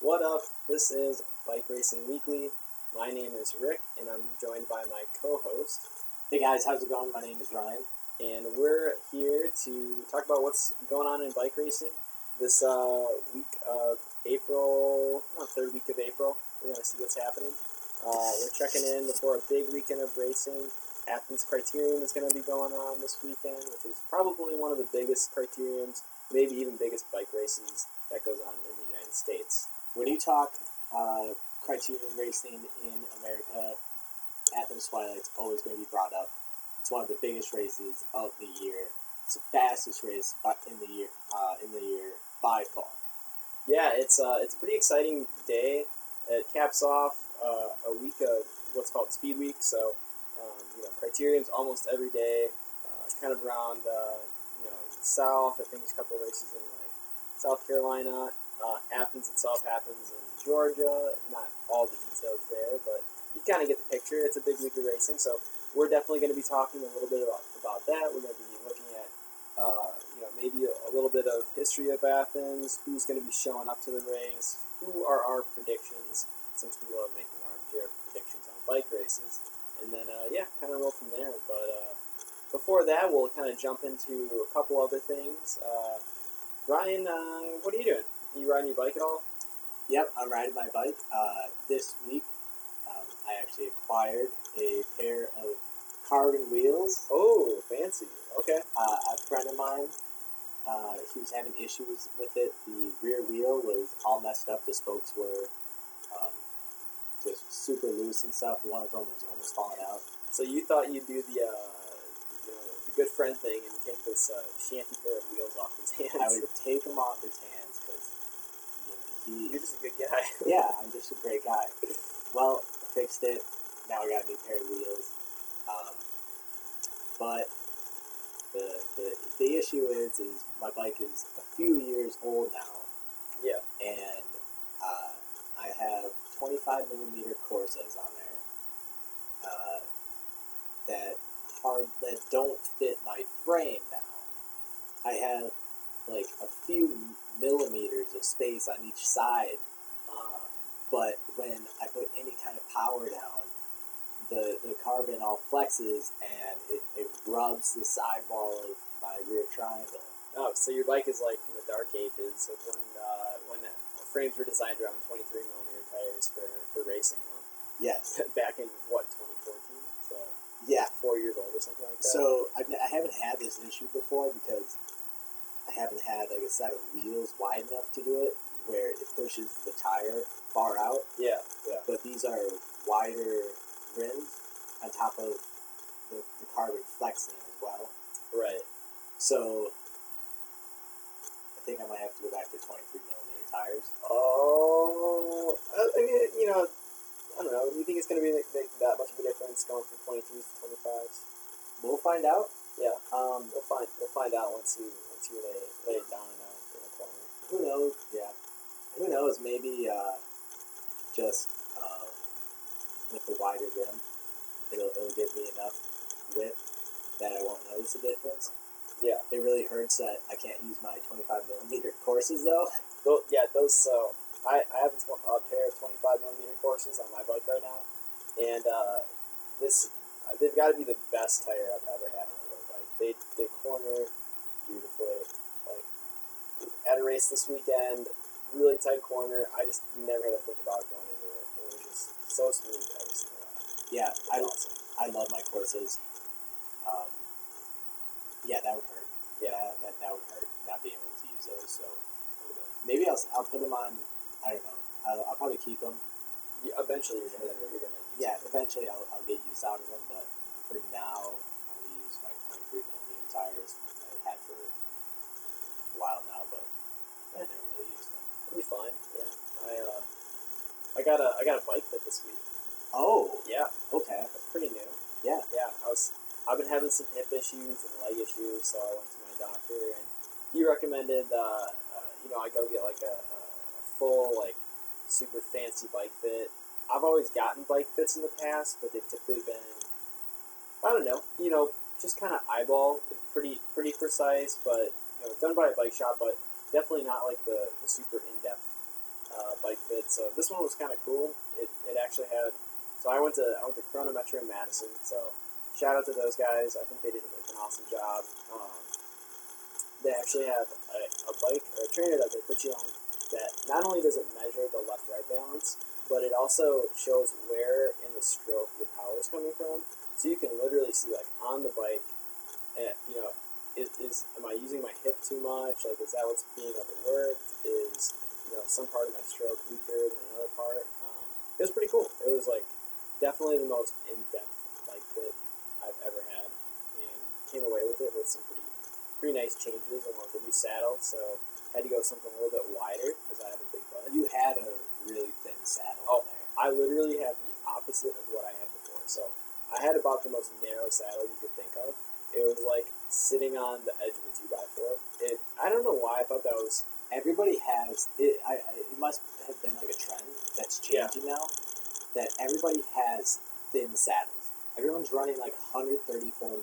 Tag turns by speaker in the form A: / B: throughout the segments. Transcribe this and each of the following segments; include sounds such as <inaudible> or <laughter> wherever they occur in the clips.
A: What up? This is Bike Racing Weekly. My name is Rick, and I'm joined by my co-host,
B: Hey guys, how's it going? My name is Ryan.
A: and we're here to talk about what's going on in bike racing this uh, week of April, no, third week of April. We're gonna see what's happening. Uh, we're checking in before a big weekend of racing. Athens Criterium is gonna be going on this weekend, which is probably one of the biggest criteriums, maybe even biggest bike races that goes on in the United States.
B: When you talk uh, criterion racing in America, Athens Twilight's always going to be brought up. It's one of the biggest races of the year. It's the fastest race by- in the year uh, in the year by far.
A: Yeah, it's uh, it's a pretty exciting day. It caps off uh, a week of what's called Speed Week. So, um, you know, Criterion's almost every day, uh, kind of around uh, you know South. I think there's a couple of races in like South Carolina. Uh, Athens itself happens in Georgia. Not all the details there, but you kind of get the picture. It's a big week of racing, so we're definitely going to be talking a little bit about, about that. We're going to be looking at uh, you know, maybe a, a little bit of history of Athens, who's going to be showing up to the race, who are our predictions, since we love making armchair predictions on bike races, and then, uh, yeah, kind of roll from there. But uh, before that, we'll kind of jump into a couple other things. Uh, Ryan, uh, what are you doing? You riding your bike at all?
B: Yep, I'm riding my bike. Uh, this week, um, I actually acquired a pair of carbon wheels.
A: Oh, fancy. Okay.
B: Uh, a friend of mine, uh, he was having issues with it. The rear wheel was all messed up. The spokes were um, just super loose and stuff. One of them was almost falling out.
A: So you thought you'd do the, uh, you know, the good friend thing and take this uh, shanty pair of wheels off his <laughs> hands.
B: I would take him off his hands because you know, he
A: You're just a good guy. <laughs>
B: yeah, I'm just a great guy. Well, I fixed it. Now I got a new pair of wheels. Um, but the, the the issue is is my bike is a few years old now,
A: Yeah.
B: and uh, I have 25 millimeter Corsas on there uh, that hard that don't fit my frame now. I have like a few millimeters of space on each side
A: Uh,
B: but when I put any kind of power down, the, the carbon all flexes and it, it rubs the sidewall of my rear triangle.
A: oh, so your bike is like from the dark ages of when uh, when frames were designed around 23 millimeter tires for, for racing huh?
B: Yes.
A: <laughs> back in what 2014. So
B: Yeah.
A: four years old or something like that.
B: So I've, n- I haven't had this issue before because I haven't had like a set of wheels wide enough to do it where it pushes the tire far out.
A: yeah, yeah.
B: But these are wider rims on top of the, the carbon flexing as well.
A: Right.
B: So I think I might have to go back to 23 millimeter tires.
A: Oh, I, I mean, you know, I don't know. You think it's gonna be make that much of a difference going from 23s to 25s?
B: We'll find out.
A: Yeah,
B: Um,
A: we'll find we'll find out once you once you lay lay it down in a, in a corner.
B: who knows? Yeah, who knows? Maybe uh, just um, with the wider rim, it'll, it'll give me enough width that I won't notice the difference.
A: Yeah.
B: It really hurts that I can't use my 25 millimeter <laughs> courses though.
A: Those, yeah, those. So I, I have a, tw- a pair of twenty five millimeter courses on my bike right now, and uh, this they've got to be the best tire I've ever had on a road bike. They they corner beautifully. Like at a race this weekend, really tight corner. I just never had to think about going into it. It was just so smooth every single lap.
B: Yeah,
A: I
B: I,
A: awesome.
B: I love my courses. Um, yeah, that would hurt.
A: Yeah,
B: Yeah, that, that, that would hurt not being able to use those. So
A: a little bit.
B: maybe I'll, I'll put them on. I don't know. I'll, I'll probably keep them.
A: You, eventually, you're gonna you're gonna use
B: Yeah,
A: it.
B: eventually I'll, I'll get use out of them, but for now I'm gonna use my 23 millimeter tires that I've had for a while now, but I never really used them.
A: It'll be fine. Yeah, I uh, I got a I got a bike fit this week.
B: Oh,
A: Yeah,
B: okay.
A: that's pretty new.
B: Yeah.
A: yeah. I was. I've been having some hip issues and leg issues, so I went to my doctor, and he recommended, uh, uh, you know, I go get like a, a a full like super fancy bike fit. I've always gotten bike fits in the past, but they've typically been, I don't know, you know, just kind of eyeball, like, pretty pretty precise, but you know, done by a bike shop, but definitely not like the, the super in depth uh, bike fit. So this one was kind of cool. It, it actually had. So I went to I went to Chronometro in Madison. So shout out to those guys. I think they did like, an awesome job. Um, they actually have a, a bike or a trainer that they put you on that not only does it measure the left right balance, but it also shows where in the stroke your power is coming from. So you can literally see like on the bike, eh, you know, is, is am I using my hip too much? Like is that what's being overworked? Is you know some part of my stroke weaker than another part? Um, it was pretty cool. It was like definitely the most in depth bike fit I've ever had, and came away with it with some pretty pretty nice changes. I wanted the new saddle, so had to go something a little bit wider because I have a big butt.
B: You had a really thin saddle
A: Oh.
B: on there.
A: I literally have the opposite of what I had before. So I had about the most narrow saddle you could think of. It was like sitting on the edge of a two by four. It I don't know why I thought that was
B: Everybody has it. I, I it must have been like a trend that's
A: Yeah.
B: changing now. That everybody has thin saddles. Everyone's running like 134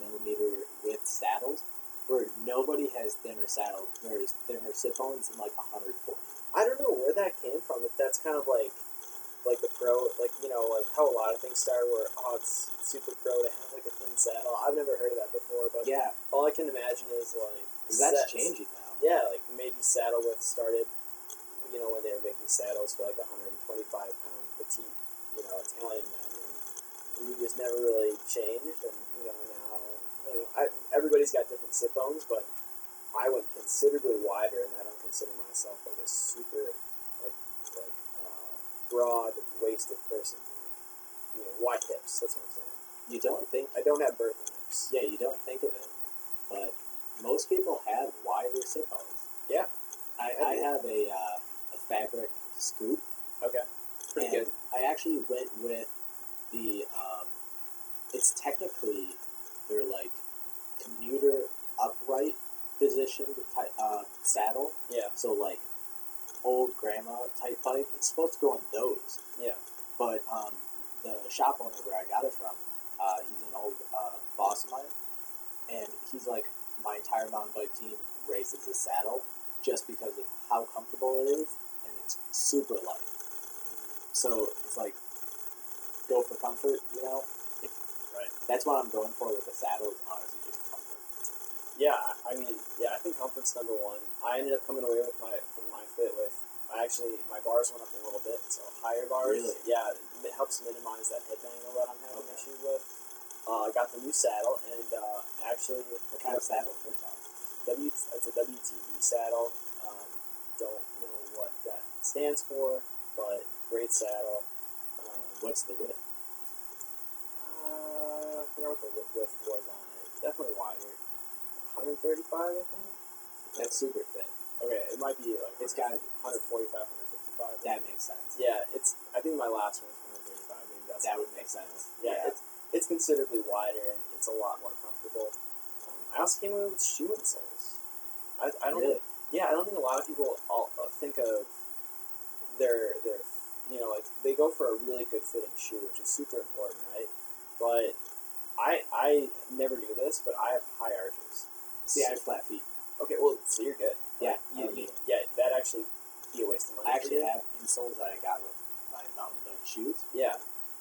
B: millimeter width saddles, where nobody has thinner saddle. There's thinner sit bones and like 140.
A: I don't know where that came from. If that's kind of like like the pro, like you know, like how a lot of things start where oh it's super pro to have like a thin saddle. I've never heard of that before, but
B: Yeah,
A: all I can imagine is like
B: 'cause that's
A: sets.
B: changing now.
A: Yeah, like maybe saddle width started, you know, when they were making saddles for like 125 pound petite, you know, Italian men, and we just never really changed. And you know, now I don't know, I, everybody's got different sit bones, but I went considerably wider, and I don't consider myself like a super like like uh, broad waisted person. Like you know, wide hips. That's what I'm saying.
B: You don't think
A: I don't have birthing hips.
B: Yeah, you don't think of it, but most people have wider sit bones.
A: Yeah.
B: I,
A: I
B: I
A: do.
B: have a, uh, a fabric scoop.
A: Okay, pretty
B: and
A: good.
B: I actually went with the. Um, it's technically they're like commuter upright positioned type, uh, saddle.
A: Yeah,
B: So like old grandma type bike. It's supposed to go on those.
A: yeah.
B: But um, the shop owner where I got it from, uh, he's an old uh, boss of mine, and he's like, my entire mountain bike team races the saddle just because of how comfortable it is, and it's super light.
A: Mm-hmm.
B: So it's like, go for comfort, you know. If,
A: Right.
B: That's what I'm going for with the saddle is honestly just comfort.
A: Yeah, I mean, yeah, I think comfort's number one. I ended up coming away with my from my fit with I actually my bars went up a little bit, so higher bars.
B: Really?
A: Yeah, it mi- helps minimize that hip angle that I'm having
B: Okay.
A: issues with. Uh, I got the new saddle, and uh, actually,
B: What kind of saddle first off?
A: W it's a WTB saddle. Um, don't know what that stands for, but great saddle. Um,
B: What's the width?
A: uh, I forgot what the wi- width was on it. Definitely wider. 135, I think.
B: That's super thin.
A: Okay, it might be like
B: It's got
A: 145, 155.
B: that makes sense.
A: yeah, it's. I think my last one was 135. Maybe that's
B: That would make sense.
A: Yeah, It's, it's considerably wider and it's a lot more comfortable. Um, I also came away with shoe insoles. I, I don't.
B: Really?
A: Think, yeah, I don't think a lot of people all, uh, think of their their. You know, like they go for a really good fitting shoe, which is super important, right? But I I never knew this, but I have high arches.
B: See, I
A: So-
B: have flat feet.
A: Okay, well, so you're good.
B: Yeah, I
A: you,
B: don't
A: you,
B: need it.
A: yeah, that actually be a waste of money.
B: I
A: for
B: actually
A: you.
B: have insoles that I got with my mountain bike shoes,
A: Yeah,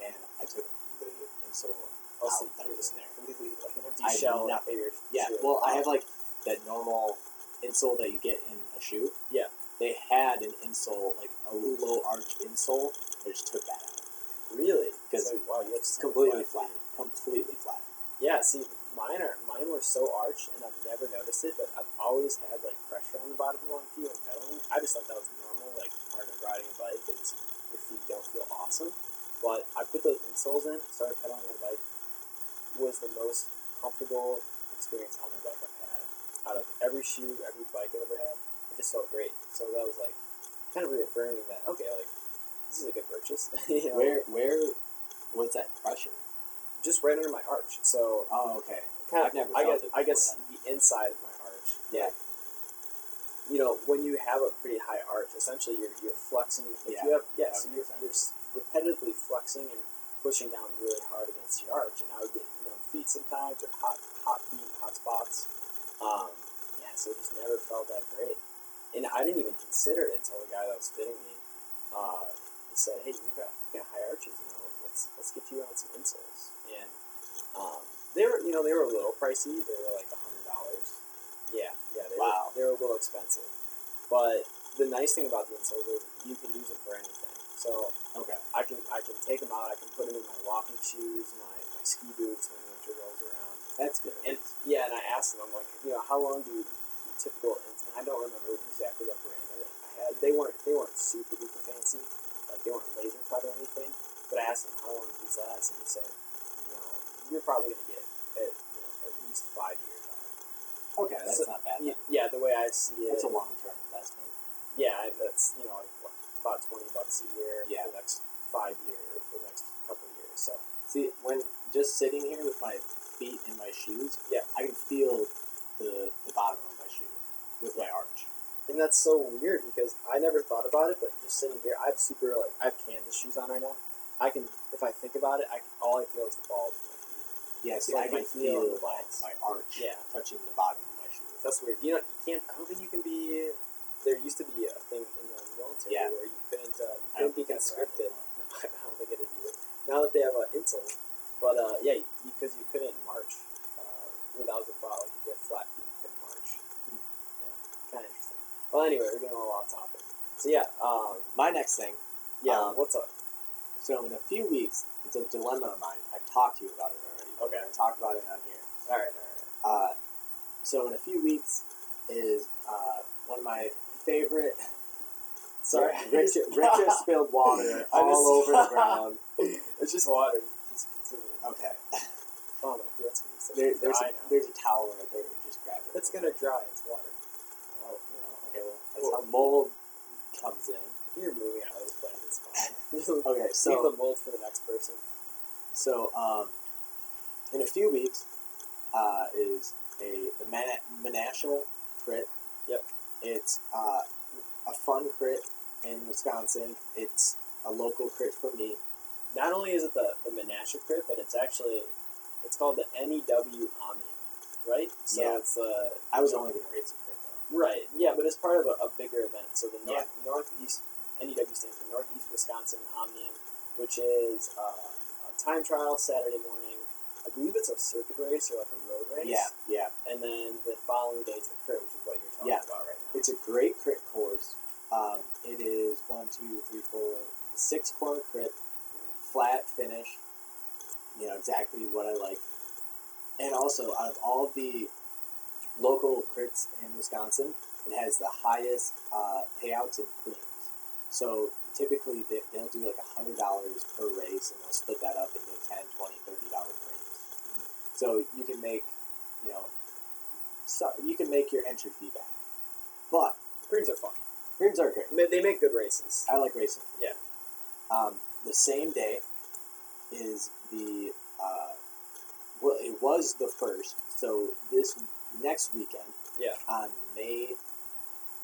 B: and I took the insole.
A: I'll
B: Wow,
A: see.
B: that was there.
A: Completely like an empty
B: I have
A: shell.
B: nothing.
A: of your
B: Yeah,
A: shoe.
B: well, I have like that normal insole that you get in a shoe.
A: Yeah.
B: They had an insole, like a low arch insole. I just took that out.
A: really
B: 'cause
A: So, wow, you have
B: It's
A: so
B: completely
A: much
B: flat. Completely flat.
A: Yeah, see, mine are mine were so arched, and I've never noticed it, but I've always had like pressure on the bottom of my feet when pedaling. I just thought that was normal, like part of riding a bike is your feet don't feel awesome. But I put those insoles in, started pedaling my bike. Was the most comfortable experience on my bike I've had out of every shoe, every bike I've ever had. It just felt great. So that was like kind of reaffirming that okay, like this is a good purchase. <laughs> you know,
B: Where where was that pressure?
A: just right under my arch. So
B: Oh, okay.
A: kind of,
B: I've never
A: I
B: felt
A: guess,
B: it
A: I guess
B: before
A: the inside of my arch.
B: Yeah.
A: Like, you know, when you have a pretty high arch, essentially you're, you're flexing. If
B: Yeah,
A: you have, yeah,
B: that
A: so
B: would
A: you're,
B: make
A: you're s- repetitively flexing and pushing down really hard against your arch, and I would get numb feet sometimes or hot hot feet, hot spots. Um, yeah, so it just never felt that great, and I didn't even consider it until the guy that was fitting me uh, he said, "Hey, we've got we've got high arches. You know, let's let's get you on some insoles." And um, they were you know they were a little pricey. They were like a hundred dollars. Yeah, yeah. They Were,
B: Wow.
A: they were a little expensive, but the nice thing about the insoles is you can use them for anything. So
B: Okay.
A: I can I can take them out. I can put them in my walking shoes, my, my ski boots when winter rolls around.
B: That's good.
A: And yeah, and I asked them, I'm like, you know, how long do you do typical? And, and I don't remember exactly what brand I I had. They weren't they weren't super duper fancy, like they weren't laser cut or anything. But I asked him how long do these last, and he said, you know, you're probably gonna get at, you know, at least five years out. of them."
B: okay, that's
A: so-
B: not bad.
A: Yeah, yeah, the way I see it,
B: It's a long term investment.
A: yeah, I- that's you know like what, about twenty bucks a year
B: Yeah.
A: for the next five years or for the next couple of years. So
B: See, when just sitting here with my feet in my shoes,
A: Yeah.
B: I can feel the the bottom of my shoe with my arch.
A: And that's so weird because I never thought about it, but just sitting here, I have super like I have canvas shoes on right now. I can, if I think about it, I can, all I feel is the balls of my feet.
B: Yeah, see,
A: like
B: I
A: my
B: can
A: heel
B: feel
A: and the
B: my,
A: balls.
B: my arch
A: Yeah.
B: touching the bottom of my shoe.
A: That's weird. You know, you can't. I don't think you can be. There used to be a thing in the military
B: Yeah.
A: where you couldn't uh, you
B: I don't
A: couldn't be
B: think that's around
A: conscripted. <laughs> I don't think it is either. Now that they have an insole, but uh, yeah, because you, couldn't march. Uh, where that was a thought. Like if you had flat feet, you couldn't march.
B: Hmm.
A: Yeah, kind of interesting. Well, anyway, we're getting a little off topic. So yeah, um,
B: My next thing.
A: yeah.
B: Um,
A: what's up?
B: So in a few weeks, it's a dilemma of mine. I've talked to you about it already. but
A: Okay.
B: I'm gonna talk about it on here.
A: All right, all right.
B: Uh, so in a few weeks is uh, one of my favorite. <laughs>
A: Sorry, <laughs>
B: Richter, Richter spilled water all over <laughs> the ground.
A: It's just water. Just continue.
B: Okay,
A: Oh my god, that's gonna be so
B: there, there's
A: dry
B: a,
A: now.
B: there's a towel right there. Just grab it.
A: It's gonna dry. It's water.
B: Well, you know, okay, well, that's
A: Well-
B: how mold comes in.
A: You're moving out of this place. It's <laughs> fine.
B: Okay,
A: Leave
B: so
A: the mold for the next person.
B: so um, in a few weeks, uh, is a the Mana- Menasha crit.
A: Yep.
B: It's uh, a fun crit in Wisconsin. It's a local crit for me.
A: Not only is it the the Menasha crit, but it's actually it's called the NEW Omni, right? So
B: Yeah.
A: it's uh
B: I was only gonna rate some crit though.
A: right, yeah, but it's part of a, a bigger event. So the
B: Yeah.
A: north northeast NEW stands for Northeast Wisconsin Omnium, which is uh, a time trial Saturday morning. I believe it's a circuit race or like a road race.
B: Yeah, yeah.
A: and then the following day is the crit, which is what you're talking
B: Yeah.
A: about right now.
B: It's a great crit course. Um, it is one, two, three, four, six corner crit. flat finish. You know exactly what I like. And also, out of all the local crits in Wisconsin, it has the highest uh, payouts in premiums. So typically, they, they'll do like $100 per race and they'll split that up into 10 20 $30 dollar premiums. So you can make, you know, so you can make your entry fee back. But
A: Creams are fun.
B: premiums are great.
A: Ma- They make good races.
B: I like racing.
A: Yeah.
B: Um, the same day is the uh, well, it was the first. So this next weekend,
A: Yeah.
B: on May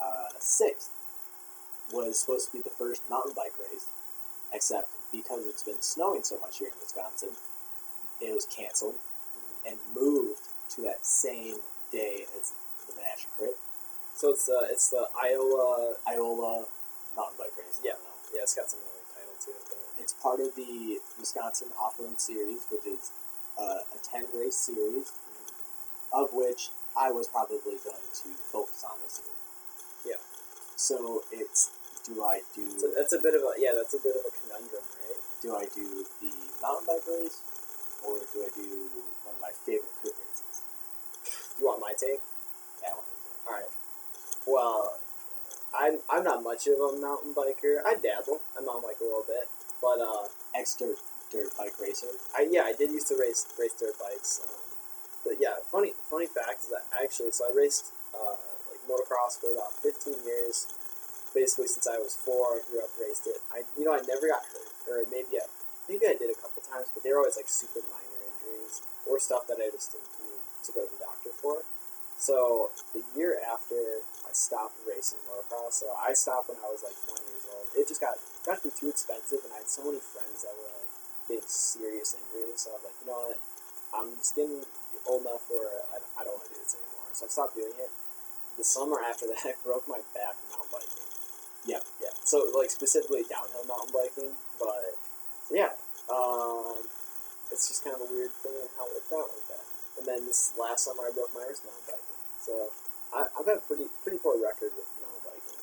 B: uh, sixth, was supposed to be the first mountain bike race, except because it's been snowing so much here in Wisconsin, it was canceled and moved to that same day as the Menasha Crit
A: So it's the it's the Iowa.
B: Iola mountain bike race. I
A: Yeah.
B: don't know.
A: Yeah, it's got some other title to it, but
B: It's part of the Wisconsin Off Road Series, which is uh, a 10 race series, of which I was probably going to focus on this year.
A: Yeah.
B: So it's do I do
A: it's a, that's a bit of a yeah, that's a bit of a conundrum, right?
B: do I do the mountain bike race or do I do one of my favorite crit races?
A: Do you want my take?
B: Yeah, I want to do.
A: All right. Well, I'm I'm not much of a mountain biker. I dabble. I mountain bike a little bit, but uh,
B: Ex dirt dirt bike racer.
A: I yeah, I did used to race race dirt bikes. Um, but yeah, funny funny fact is that actually, so I raced uh, like motocross for about fifteen years, basically since I was four. I grew up, raced it. I you know I never got hurt, or maybe I maybe I did a couple times, but they were always like super minor injuries or stuff that I just didn't need to go to the doctor for. So the year after I stopped racing motocross, so I stopped when I was like twenty years old. It just got got to be too expensive, and I had so many friends that were like getting serious injuries. So I was like, you know what? I'm just getting old enough where I, I don't <laughs> want to do this anymore. So I stopped doing it. The summer after that, I broke my back mountain biking. Yep, yeah. So like specifically downhill mountain biking, but yeah, um, it's just kind of a weird thing and how it worked out like that. And then this last summer, I broke my wrist mountain biking. So I, I've had pretty pretty poor record with mountain biking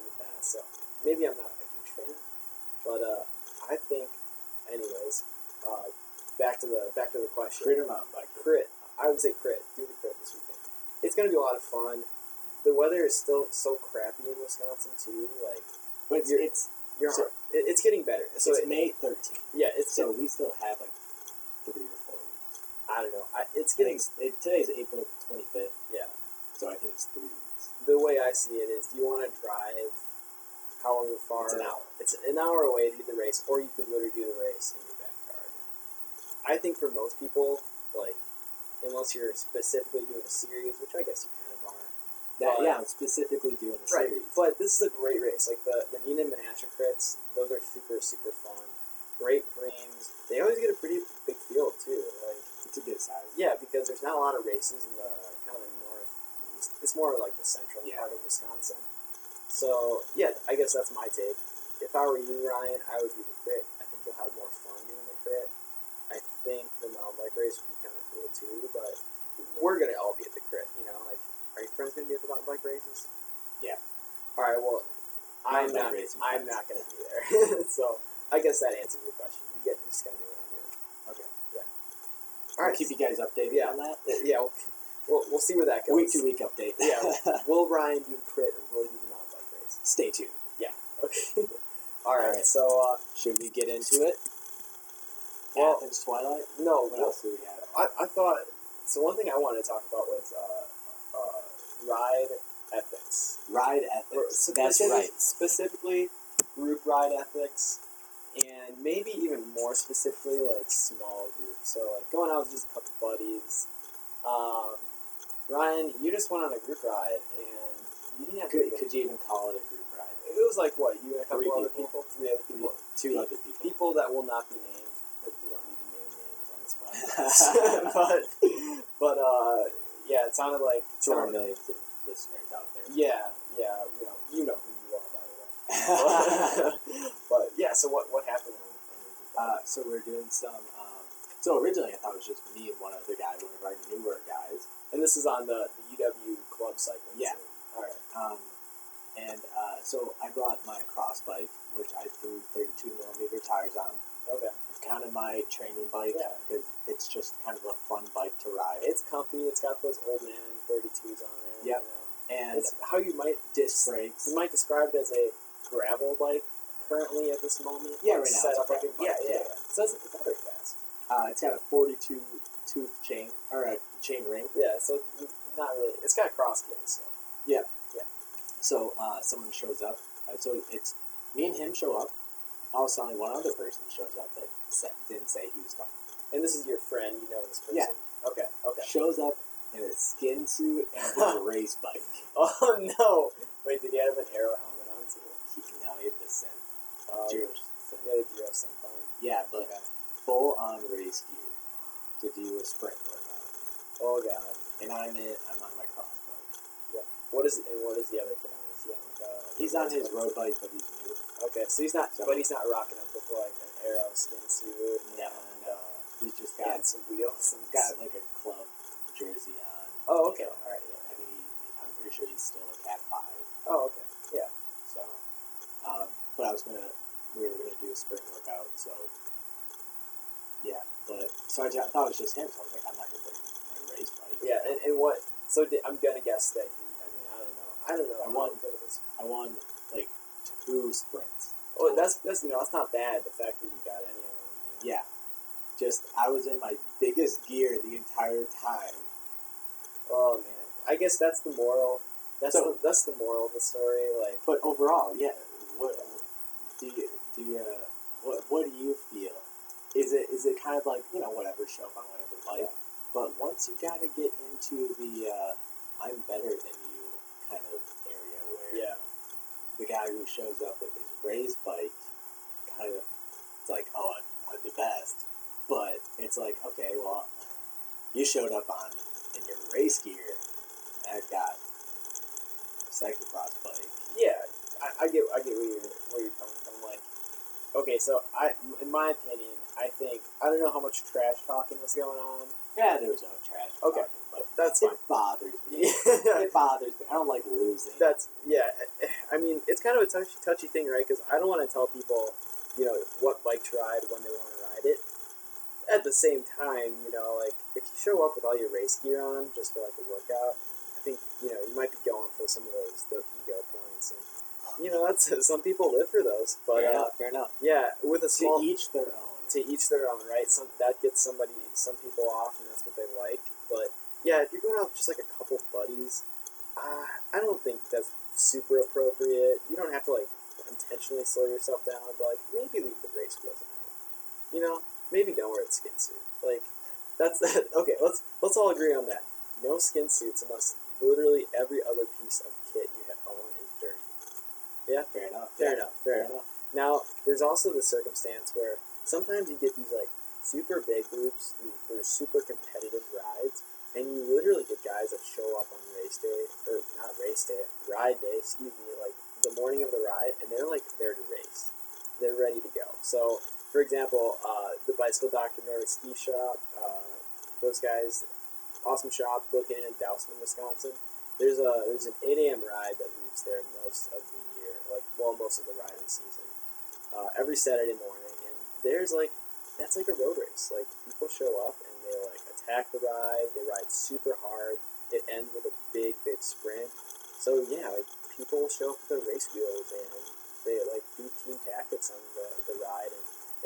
A: in the past. So maybe I'm not a huge fan, but uh, I think, anyways, uh, back to the back to the question.
B: Critter mountain biking.
A: Crit. I would say crit. Do the crit this weekend. It's gonna be a lot of fun. The weather is still so crappy in Wisconsin too. Like
B: But it's,
A: You're-
B: it's,
A: you're,
B: So-
A: it, it's getting better. So
B: it's
A: it-
B: May 13th,
A: yeah, it's
B: so
A: getting-
B: we still have like three or four weeks.
A: I don't know. I, it's
B: I think
A: getting
B: it's- it, today's April 25th,
A: yeah.
B: so I think it's three weeks.
A: The way I see it is, you want to drive however far
B: It's an hour.
A: It's an hour away to do the race, or you could literally do the race in your backyard. I think for most people, like unless you're specifically doing a series, which I guess you kind of are,
B: That,
A: But-
B: yeah, I'm specifically doing a
A: Right,
B: series.
A: but this is a great race. Like the the Nina Menasha crits, those are super super fun. Great frames. They always get a pretty big field too. Like
B: It's a good size.
A: yeah, because there's not a lot of races in the kind of the northeast. It's more like the central
B: Yeah.
A: part of Wisconsin. So yeah, I guess that's my take. If I were you, Ryan, I would do the crit. I think you'll have more fun doing the crit. I think the mountain bike race would be kind of cool too, but we're gonna all be at the crit. You know, like, are your friends gonna be at the mountain bike races?
B: Yeah.
A: All right. Well, I'm
B: Mountain bike
A: not.
B: race, my
A: I'm
B: friends.
A: not gonna be there. <laughs> so I guess that answers your question. You, get, you just gotta do what I'm doing.
B: Okay.
A: All
B: All right.
A: right.
B: Keep you guys updated
A: Yeah.
B: on that.
A: yeah. We'll, we'll, we'll see where that goes.
B: Week to week update.
A: <laughs> Yeah. Will Ryan do the crit or will he do the mountain bike race?
B: Stay tuned.
A: Okay. <laughs> All right.
B: All right.
A: So uh,
B: Should we get into it?
A: Well-
B: Athens Twilight.
A: no.
B: What
A: Well,
B: else do we have?
A: I, I thought so. One thing I wanted to talk about was uh, uh, ride ethics.
B: Ride
A: Or
B: ethics.
A: specific-
B: That's right.
A: Specifically, group ride ethics, and maybe even more specifically, like small groups. So like going out with just a couple buddies. Um, Ryan, you just went on a group ride and you didn't have to
B: Could,
A: even-
B: could you even call it a group ride?
A: It was like what you and a couple
B: Three
A: other
B: people.
A: people, three other people,
B: Two other people.
A: people that will not be named because we don't need to name names on
B: <laughs>
A: this podcast. <laughs> but but uh, yeah, it sounded like
B: To our millions of listeners out there.
A: yeah yeah you know you know who you are by the way. <laughs> But, yeah, so what what happened? On, on your group
B: <laughs> uh,
A: ride?
B: so we're doing some. Um, so originally I thought it was just me and one other guy, one of our newer guys.
A: and this is on the, the UW club cycling.
B: Uh, Yeah.
A: team. all right.
B: Um, and uh, so I brought my cross bike, which I threw 32 millimeter tires on.
A: Okay,
B: It's kind of my training bike
A: Yeah.
B: because it's just kind of a fun bike to ride.
A: it's comfy. It's got those old man thirty twos on it.
B: Yep.
A: You know.
B: and
A: It's how you might
B: disc brakes.
A: You might describe it as a gravel bike currently at this moment.
B: Yeah,
A: Like,
B: right now
A: set
B: it's
A: up
B: a
A: like a,
B: gravel
A: yeah,
B: bike,
A: yeah.
B: yeah.
A: It doesn't it's not very fast.
B: Uh, it's got a 42 tooth chain or a chain ring.
A: Yeah, so not really. It's got cross gear, so
B: So uh, someone shows up. Uh, so it's me and him show up. All of a sudden, one other person shows up that sa- didn't say he was coming.
A: and this is your friend. You know this person.
B: Yeah.
A: Okay. Okay.
B: Shows up in a skin suit and with a race bike.
A: <laughs> Oh no! Wait, did he have an arrow helmet on too?
B: He, now he had the sin.
A: Um,
B: Jewish
A: Yeah,
B: sin.
A: the Giro Senpai.
B: Yeah, but
A: Okay.
B: full on race gear to do a sprint workout.
A: Oh god.
B: And I'm in. I'm on my cross bike.
A: What is and what is the other kid on? Is he on like a?
B: He's on his road bike, but he's new.
A: Okay, so he's not,
B: So-
A: but he's not rocking up with like an arrow skin suit and,
B: No, no.
A: uh,
B: He's just got
A: and some wheels. And
B: got like a club jersey on.
A: Oh,
B: you
A: okay.
B: know.
A: All right. Yeah.
B: I think he, I'm pretty sure he's still a Cat Five.
A: Oh, okay. Yeah.
B: So, um, but I was gonna, we were gonna do a sprint workout. So, yeah. But so I, ju- I thought it was just him. So I was like, I'm not gonna bring my race bike.
A: Yeah, and, and what? So di I'm gonna guess that he. I mean, I don't know. I don't know. how
B: I won.
A: good it is.
B: I won like two sprints.
A: Oh, that's that's you know that's not bad. The fact that you got any of them. you know.
B: Yeah. Just I was in my biggest gear the entire time.
A: Oh man, I guess that's the moral. That's
B: So-
A: the, that's the moral of the story. Like,
B: But overall, yeah. What do you do? You, uh, what what do you feel? Is it is it kind of like you know whatever show up on whatever bike?
A: Yeah.
B: But once you kind of get into the uh, I'm better than you kind of area where
A: yeah,
B: the guy who shows up with his raised bike kind of it's like oh I'm, I'm the best, but it's like okay well you showed up on in your race gear. and I've got a cyclocross bike.
A: yeah. I, I get I get where you're where you're coming from. Like, okay, so I in my opinion, I think I don't know how much trash talking was going on.
B: Yeah, there was no trash.
A: Okay.
B: talking, but
A: That's <laughs>
B: it bothers me.
A: fine.
B: <laughs> It bothers me. I don't like losing.
A: That's yeah. I mean, it's kind of a touchy touchy thing, right? Because I don't want to tell people, you know, what bike to ride when they want to ride it. At the same time, you know, like if you show up with all your race gear on just for like a workout, I think you know you might be going for some of those those ego points, and you know that's some people live for those. But
B: fair
A: uh,
B: enough. Fair enough.
A: yeah, with a small
B: To each their own.
A: to each their own, right? Some that gets somebody, some people off, and that's what they like. But yeah, if you're going out with just like a couple buddies, uh, I don't think that's super appropriate. You don't have to like intentionally slow yourself down, but like maybe leave the race wheels at home. You know, maybe don't wear a skin suit. Like that's <laughs> okay. Let's let's all agree on that. No skin suits unless literally every other piece of kit you have own is dirty.
B: Fair enough.
A: Fair
B: yeah,
A: enough. Fair enough.
B: enough.
A: Now, there's also the circumstance where sometimes you get these like super big groups, these- they're super competitive rides, and you literally get guys that show up on race day, or not race day, ride day, excuse me, like the morning of the ride, and they're like there to race. They're ready to go. So, for example, uh, the Bicycle Doctor Nordic Ski Shop, uh, those guys, awesome shop located in Dousman, Wisconsin. There's a there's an 8 a.m. ride that leaves there most of the year, like well most of the riding season uh, every Saturday morning, and there's like that's like a road race. Like people show up and they like attack the ride. They ride super hard. It ends with a big, big sprint. So yeah, like people show up with their race wheels and they like do team tactics on the, the ride. And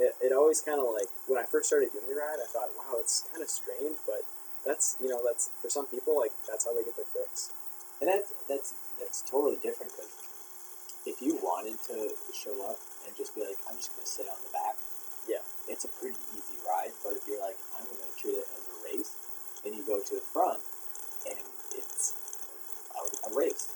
A: it, it always kind of like when I first started doing the ride, I thought, wow, it's kind of strange, but that's you know that's for some people like that's how they get their fix.
B: And that's that's that's totally different because if you wanted to show up and just be like, I'm just gonna sit on the back.
A: Yeah.
B: It's a pretty easy ride, but if you're like, I'm gonna treat it as a race, then you go to the front, and it's a, a race.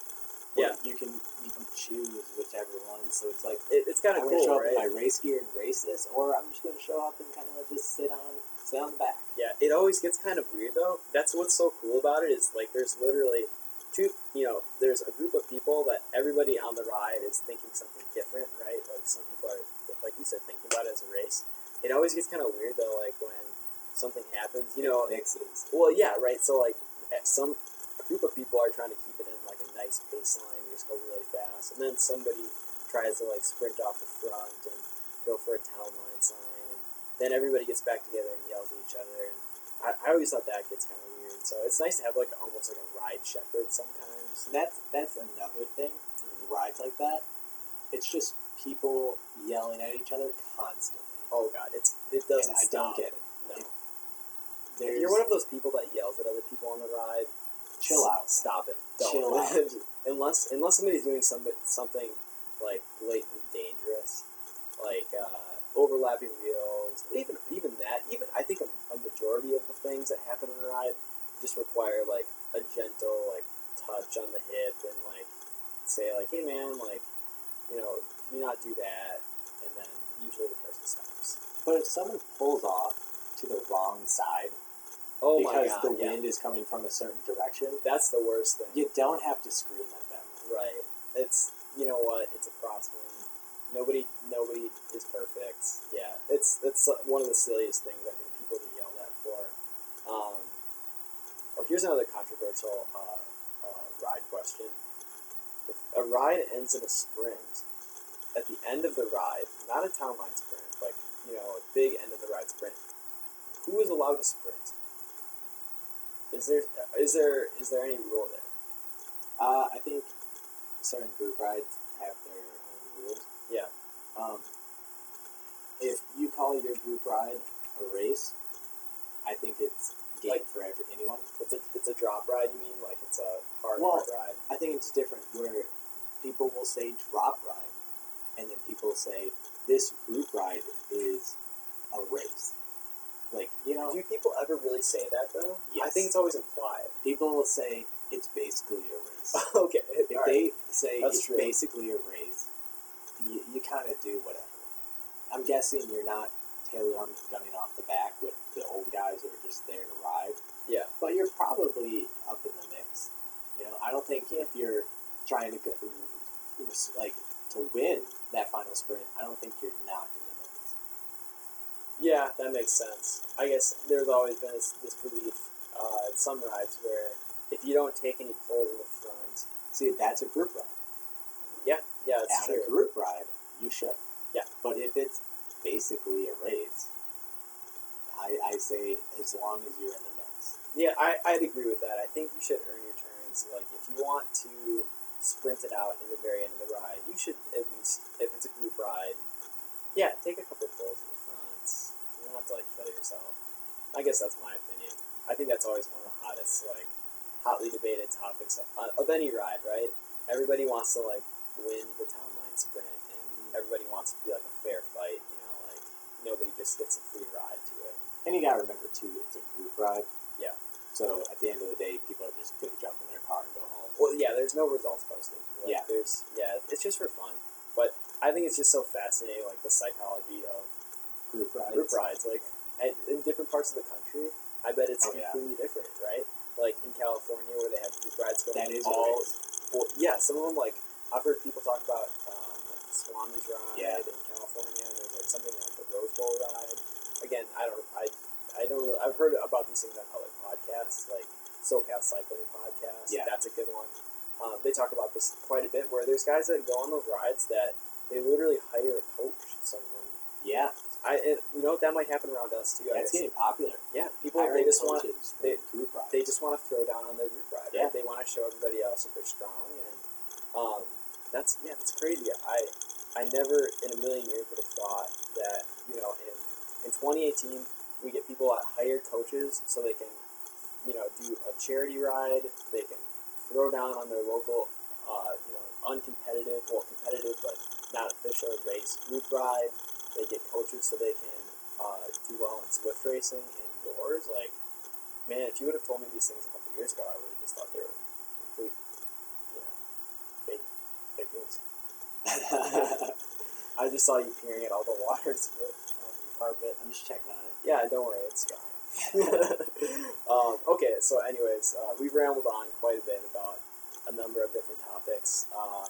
B: Where
A: Yeah.
B: You can you can choose whichever one. So it's like.
A: It, it's kind of
B: I'm gonna
A: cool,
B: show up
A: right?
B: in my race gear and race this, or I'm just gonna show up and kind of just sit on sit on the back.
A: Yeah, it always gets kind of weird though. That's what's so cool about it is like there's literally two, you know, there's a group of people that everybody on the ride is thinking something different, right? Like some people are, like you said, thinking about it as a race. It always gets kind of weird though, like when something happens, you know.
B: mixes.
A: Well, yeah, right. So like at some a group of people are trying to keep it in like a nice pace line, you just go really fast, and then somebody tries to like sprint off the front and go for a town line sign, and then everybody gets back together and yells at each other. And I, I always thought that gets kind of weird. So it's nice to have like almost like a ride shepherd sometimes.
B: And that's that's another thing. Rides like that, it's just people yelling at each other constantly.
A: Oh God, it's it doesn't.
B: and I
A: stop.
B: don't get it.
A: No.
B: It-
A: If
B: There's,
A: you're one of those people that yells at other people on the ride.
B: chill out.
A: Stop it. <laughs> Don't.
B: Chill out.
A: unless unless somebody's doing some something like blatantly dangerous, like uh, overlapping wheels. Even even that. Even I think a, a majority of the things that happen on a ride just require like a gentle like touch on the hip and like say like hey man like you know can you not do that and then usually the person stops.
B: But if someone pulls off to the wrong side
A: Oh my
B: because
A: god!
B: the
A: yeah.
B: wind is coming from a certain direction,
A: That's the worst thing.
B: you don't have to scream at them.
A: Right. It's you know what? It's a crosswind. Nobody, nobody is perfect. Yeah. It's it's one of the silliest things I think people get yelled at for. Um, oh, here's another controversial uh, uh, ride question. If a ride ends in a sprint, at the end of the ride, not a town line sprint, like you know, a big end of the ride sprint. Who is allowed to sprint? Is there is there is there any rule there?
B: Uh, I think certain group rides have their own rules.
A: Yeah.
B: Um, if you call your group ride a race, I think it's game
A: Like-
B: for every, anyone.
A: It's a it's a drop ride. You mean like it's a hard
B: Well-
A: hard ride?
B: I think it's different where people will say drop ride, and then people say this group ride is a race. Like you know,
A: Do people ever really say that though? I
B: um, Yes.
A: think it's always implied. <laughs>
B: people will say it's basically a race.
A: okay.
B: if
A: all right.
B: they say
A: That's
B: it's
A: true.
B: basically a race, you, you kind of do whatever. I'm guessing you're not tail gun- gunning off the back with the old guys who are just there to ride,
A: Yeah.
B: but you're probably up in the mix. You know, I don't think if you're trying to go, like to win that final sprint, I don't think you're not going to win.
A: Yeah, that makes sense. I guess there's always been this, this belief uh, at some rides where if you don't take any pulls in the front,
B: See, that's a group ride.
A: yeah, yeah, it's
B: At
A: true.
B: a group ride, you should.
A: Yeah.
B: But if it's basically a race, I, I say as long as you're in the mix.
A: Yeah, I, I'd agree with that. I think you should earn your turns. Like, if you want to sprint it out in the very end of the ride, you should at least, if it's a group ride, yeah, take a couple pulls in the front. You don't have to, like, kill yourself. I guess that's my opinion. I think that's always one of the hottest, like, hotly debated topics of, of any ride, right? Everybody wants to, like, win the town line sprint, and everybody wants it to be, like, a fair fight, you know? Like, nobody just gets a free ride to it.
B: And you gotta remember too, it's a group ride.
A: Yeah.
B: So at the end of the day, people are just gonna jump in their car and go home.
A: Well, yeah, there's no results posted. Like,
B: Yeah.
A: there's yeah, it's just for fun. But I think it's just so fascinating, like the psychology of
B: Group rides.
A: group rides, like at, in different parts of the country. I bet it's
B: Oh, yeah.
A: completely different, right? Like in California, where they have group rides going
B: That is a
A: all.
B: race.
A: Well, yeah, some of them like I've heard people talk about um, like the Swami's ride
B: Yeah.
A: in California. There's like something like the Rose Bowl ride. Again, I don't, I, I don't. Really, I've heard about these things on other podcasts, like SoCal Cycling podcast.
B: Yeah.
A: that's a good one. Um, they talk about this quite a bit. Where there's guys that go on those rides that they literally hire a coach. Some of them.
B: Yeah,
A: I, and you know, that might happen around us too. I
B: that's
A: guess.
B: getting popular.
A: Yeah, people they
B: Hiring
A: just want
B: coaches for
A: they-
B: group rides.
A: they just want to throw down on their group ride.
B: Yeah.
A: Right? They want to show everybody else that they're strong, and um, that's yeah, that's crazy. I I never in a million years would have thought that you know in in 2018 we get people that hire coaches so they can you know do a charity ride. They can throw down on their local uh, you know uncompetitive, well competitive but not official race group ride. They get coaches so they can uh, do well in Swift racing indoors. Like, man, if you would have told me these things a couple years ago, I would have just thought they were complete, you know, fake, fake news. <laughs> I just saw you peering at all the <laughs> waters with um, your carpet.
B: I'm just checking on it.
A: Yeah, don't worry, it's gone. <laughs> um, okay, so anyways, uh, we've rambled on quite a bit about a number of different topics, uh,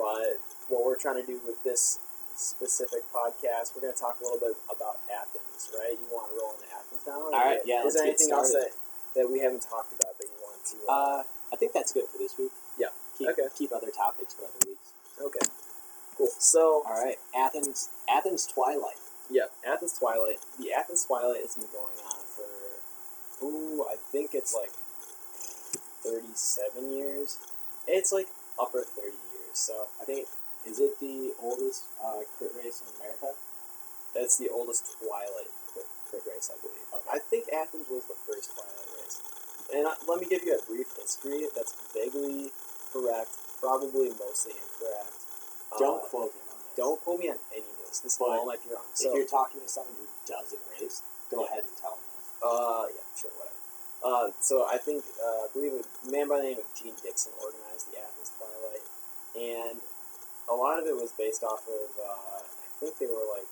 A: but what we're trying to do with this specific podcast, we're going to talk a little bit about Athens, right? You want to roll into Athens now? All
B: right, yeah,
A: Is
B: let's
A: there
B: get
A: anything else that,
B: started.
A: that we haven't talked about that you want to? Uh,
B: Uh, I think that's good for this week.
A: Yeah.
B: Keep,
A: Okay.
B: keep other topics for other weeks.
A: okay, cool. So
B: All right. Athens. Athens Twilight.
A: Yeah, Athens Twilight. The Athens Twilight has been going on for, ooh, I think it's like 37 years. It's like upper 30 years, so
B: I think is it the oldest uh, crit race in America?
A: that's the oldest Twilight crit, crit race, I believe. Um, I think Athens was the first Twilight race. And I, let me give you a brief history that's vaguely correct, probably mostly incorrect.
B: Don't
A: Uh,
B: quote him on this.
A: don't quote me on any of this. This
B: But
A: will all might be wrong.
B: If
A: So,
B: you're talking to someone who doesn't race, go
A: Yeah.
B: ahead and tell them this.
A: Uh, yeah, sure, whatever. Uh, so I think, uh, I believe a man by the name of Gene Dixon organized the Athens Twilight, and a lot of it was based off of, uh, I think they were like,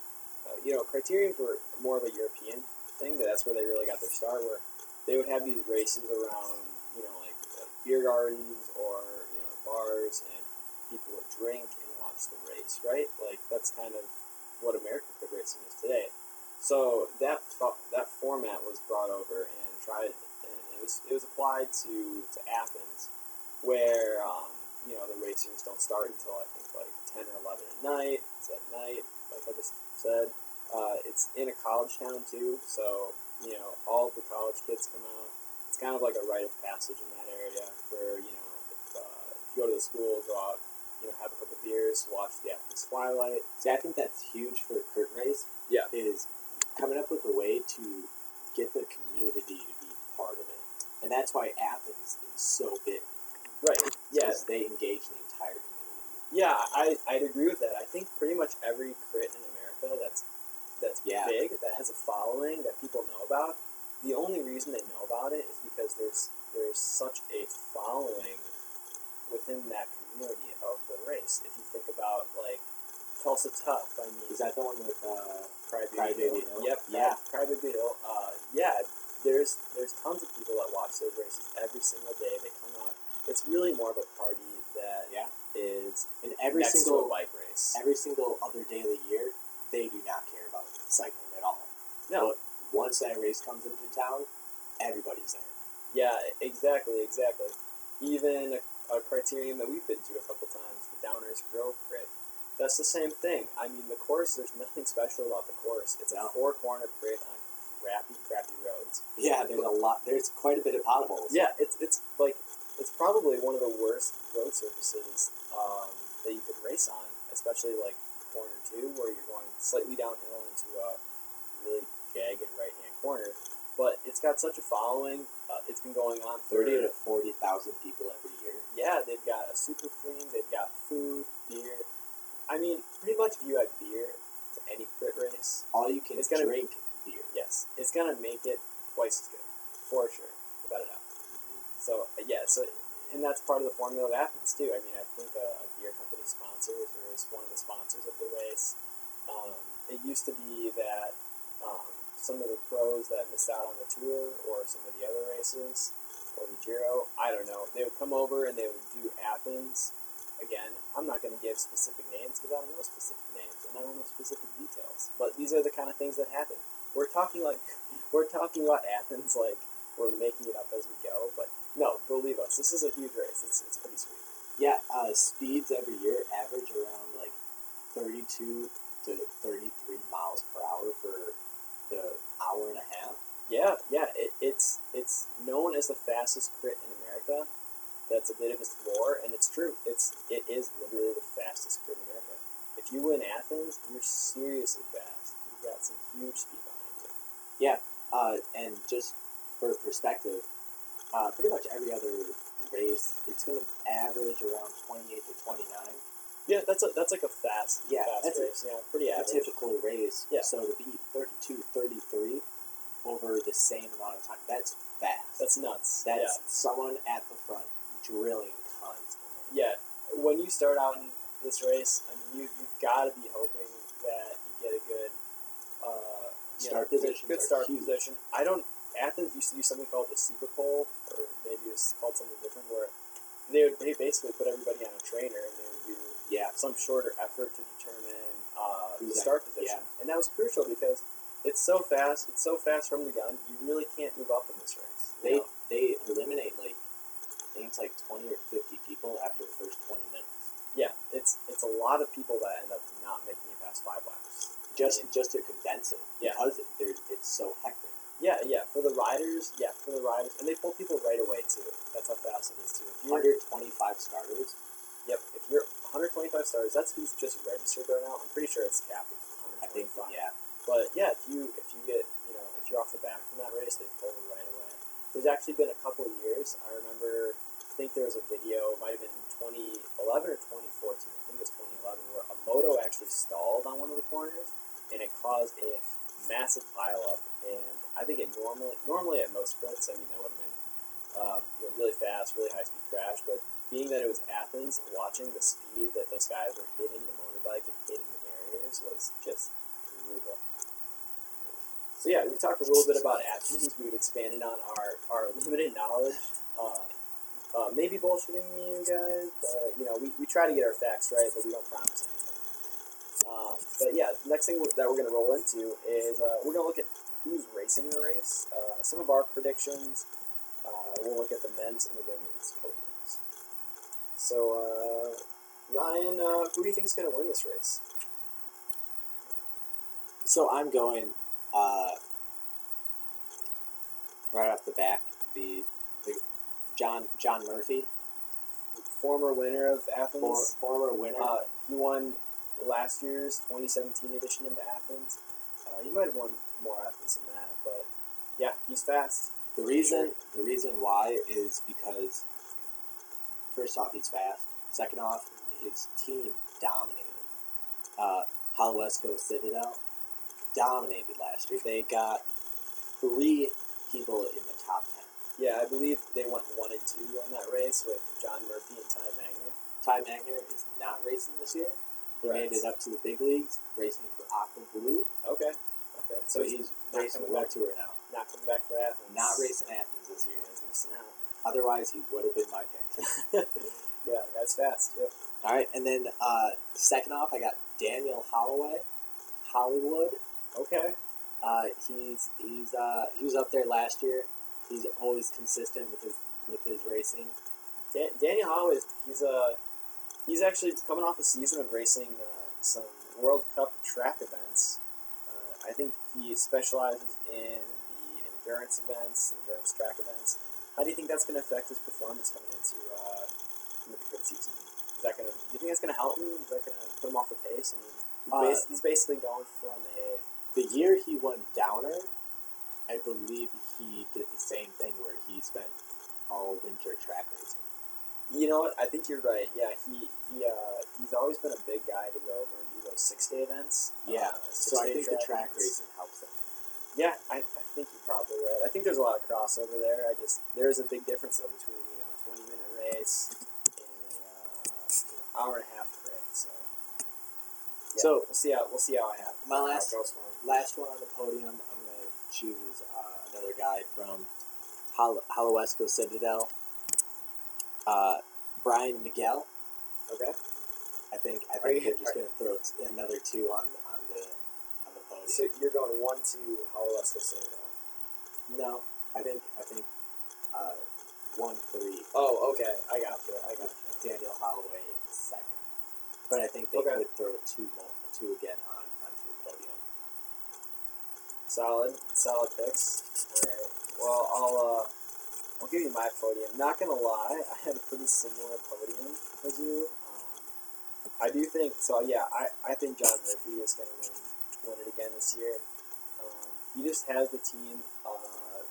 A: uh, you know, criterions were more of a European thing, that's where they really got their start, where they would have these races around, you know, like, like beer gardens or, you know, bars, and people would drink and watch the race, right? Like, that's kind of what American foot racing is today. So that fo- that format was brought over and tried, and it was it was applied to, to Athens, where um, you know the racers don't start until I think like ten or eleven at night. It's at night, like I just said. Uh, it's in a college town too, so you know all of the college kids come out. It's kind of like a rite of passage in that area, where you know if, uh, if you go to the school, go out, you know, have a couple beers, watch the Athens twilight.
B: See, I think that's huge for a crit race.
A: Yeah.
B: Is coming up with a way to get the community to be part of it, and that's why Athens is so big.
A: Right. Yeah.
B: Because they engage the entire community.
A: Yeah, I I'd agree with that. I think pretty much every crit in America that's that's
B: Yeah.
A: big that has a following that people know about. The only reason they know about it is because there's there's such a following within that community of the race. If you think about like Tulsa Tough, I mean,
B: Is that the one with uh,
A: Crybaby,
B: Crybaby
A: Hill.
B: Hill?
A: Yep.
B: Yeah.
A: Crybaby Hill. Uh, yeah. There's there's tons of people that watch those races every single day. They come out. It's really more of a party that
B: Yeah.
A: is
B: And every
A: next to a
B: single
A: bike race.
B: every single other day of the year, they do not care about cycling at all.
A: No.
B: But once that race comes into town, everybody's there.
A: Yeah, exactly, exactly. Even a, a criterium that we've been to a couple times, the Downers Grove Crit, that's the same thing. I mean, the course, there's <laughs> nothing special about the course. It's
B: No.
A: a four corner crit on crappy, crappy roads.
B: Yeah, there's a lot. There's quite a bit of potholes.
A: Yeah, it's, it's like, it's probably one of the worst road surfaces um, that you could race on, especially like corner two, where you're going slightly downhill into a really jagged right hand corner. But it's got such a following. Uh, it's been going on for-
B: thirty to forty thousand people every year.
A: yeah, they've got a super clean, they've got food, beer. I mean, pretty much if you add beer to any crit race,
B: All you can
A: It's gotta-
B: drink beer.
A: yes, it's gonna make it twice as good, for sure, without a doubt. So uh, yeah, so and that's part of the formula of Athens too. I mean, I think a, a beer company sponsors or is one of the sponsors of the race. Um, it used to be that um, some of the pros that missed out on the tour or some of the other races or the Giro, I don't know, they would come over and they would do Athens. Again, I'm not going to give specific names because I don't know specific names and I don't know specific details. But these are the kind of things that happen. We're talking like <laughs> we're talking about Athens like we're making it up as we go, but no, believe us, this is a huge race. It's, it's pretty sweet.
B: Yeah, uh, speeds every year average around like 32 to 33 miles per hour for the hour and a half.
A: Yeah, yeah. It, it's it's known as the fastest crit in America. That's a bit of its lore, and it's true. It's it is literally the fastest crit in America. If you win Athens, you're seriously fast. You've got some huge speed behind you.
B: Uh, and just for perspective, uh, pretty much every other race, it's going to average around 28 to 29.
A: Yeah, that's a that's like a fast
B: Yeah,
A: fast
B: that's a-
A: race. yeah, pretty
B: A
A: average.
B: typical race.
A: Yeah.
B: So to be 32, 33 over the same amount of time, that's fast.
A: That's nuts.
B: that's
A: yeah.
B: someone at the front drilling constantly.
A: yeah, when you start out in this race, I mean, you, you've got to be hoping that you get a good uh, you
B: Start
A: know, good-
B: positions
A: Good
B: are
A: start
B: huge.
A: position. I don't. Athens used to do something called the Super Pole, or maybe it was called something different, where they would they basically put everybody on a trainer and they would do
B: Yeah.
A: some shorter effort to determine uh, the
B: Who's that-
A: start position, and that was crucial because it's so fast. It's so fast from the gun. You really can't move up in this race. you
B: They
A: know?
B: they eliminate like I think it's like twenty or fifty people after the first twenty minutes.
A: yeah, it's it's a lot of people that end up not making it past five laps.
B: Just
A: Yeah.
B: just to condense it.
A: Yeah.
B: Because they're, it's so hectic.
A: Yeah, yeah. For the riders, yeah, for the riders, and they pull people right away too. That's how fast it is too. If you're,
B: Under twenty five starters.
A: yep, if you're 125 stars, that's who's just registered right now. I'm pretty sure it's capped
B: I
A: at 125.
B: think yeah.
A: But yeah, if you if you get you know if you're off the back from that race, they pull you right away. There's actually been a couple of years. I remember, I think there was a video. It might have been 2011 or 2014. I think it was 2011, where a moto actually stalled on one of the corners, and it caused a massive pileup. And I think it normally normally at most crits, I mean, that would have been um, you know, really fast, really high speed crash. But being that it was Athens, watching the speed that those guys were hitting the motorbike and hitting the barriers was just brutal. So yeah, we talked a little bit about Athens. We've expanded on our, our limited knowledge. Uh, uh, maybe bullshitting you guys, but you know we, we try to get our facts right, but we don't promise anything. Um, but yeah, the next thing that we're gonna roll into is uh, we're gonna look at who's racing the race. Uh, some of our predictions. Uh, we'll look at the men's and the women's podiums. So uh, Ryan, uh, who do you think's gonna win this race?
B: So I'm going uh, right off the back, the the John John Murphy,
A: Former winner of Athens.
B: for, former winner.
A: Uh, he won last year's 2017 edition of Athens. Uh, he might have won more Athens than that, but yeah, he's fast.
B: The reason the reason why is because first off he's fast. Second off, his team dominated. Uh Halaesco Citadel dominated last year. They got three people in the top ten.
A: Yeah, I believe they went one and two on that race with John Murphy and Ty Magner.
B: Ty Magner is not racing this year. He
A: Right.
B: made it up to the big leagues, racing for Aqua Blue.
A: Okay, okay. So
B: So
A: he's
B: he's
A: not
B: racing the
A: coming
B: World
A: back.
B: Tour now.
A: not coming back for Athens.
B: Not racing Athens this year.
A: He's missing out.
B: Otherwise he would have been my pick.
A: yeah, the guy's fast. Yep.
B: All right, and then uh, second off, I got Daniel Holloway, Hollywood.
A: Okay.
B: Uh, he's he's uh, he was up there last year. He's always consistent with his with his racing.
A: Dan- Danny Howe is he's uh he's actually coming off a season of racing uh, some World Cup track events. Uh, I think he specializes in the endurance events, endurance track events. How do you think that's going to affect his performance coming into uh, into the grid season? Is that going to do you think that's going to help him? Is that going to put him off the pace? I mean, he's,
B: Uh,
A: bas- he's basically going from a
B: The year he won Downer, I believe he did the same thing where he spent all winter track racing.
A: You know what? I think you're right. Yeah, he he uh, he's always been a big guy to go over and do those six day events.
B: Yeah,
A: uh,
B: so I
A: six-day
B: think the track
A: events.
B: racing helps him.
A: Yeah, I, I think you're probably right. I think there's a lot of crossover there. I just there is a big difference though between you know a 20 minute race and a uh, you know, hour and a half crit. So yeah,
B: So-
A: we'll see how we'll see how I have
B: My
A: how it
B: last
A: goes for him.
B: last one on the podium, I'm gonna choose uh, another guy from Hol- Holowesco Citadel, uh, Brian Miguel.
A: Okay.
B: I think I
A: Are
B: think
A: you-
B: they're just gonna throw t- another two on on the on the podium.
A: So you're going one to Hololesco Citadel.
B: no, I think I think uh, one three
A: Oh, okay. I got you. I got you.
B: Daniel Holloway is second, but I think they
A: Okay.
B: could throw two more two again on onto the podium.
A: Solid, solid picks. All right. Well, I'll uh, I'll give you my podium. Not gonna lie, I had a pretty similar podium as you. Um, I do think so. Yeah, I, I think John Murphy is gonna win win it again this year. Um, he just has the team uh,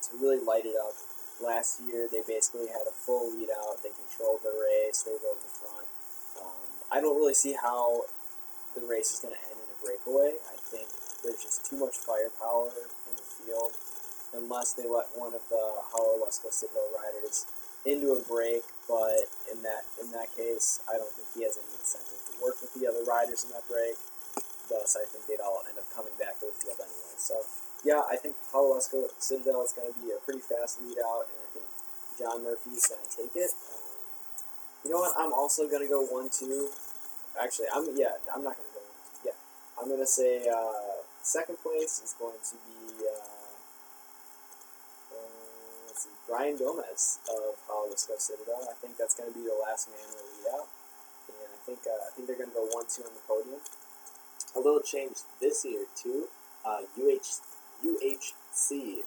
A: to really light it up. Last year, they basically had a full lead out. They controlled the race. They rode the front. Um, I don't really see how the race is going to end in a breakaway. I think there's just too much firepower in the field unless they let one of the Hollow West Coast Citadel riders into a break. But in that in that case, I don't think he has any incentive to work with the other riders in that break. Thus, I think they'd all end up coming back to the field anyway. So, yeah, I think Hollow West Coast Citadel is going to be a pretty fast lead out, and I think John Murphy's going to take it. Um, you know what? I'm also going to go one two. Actually, I'm yeah. I'm not going to go one two. Yeah. I'm gonna say uh, second place is going to be uh, uh, let's see, Brian Gomez of Hollisco Citadel. I think that's gonna be the last man to lead out, and I think uh, I think they're gonna go one two on the podium.
B: A little change this year too. Uh, UH, UHC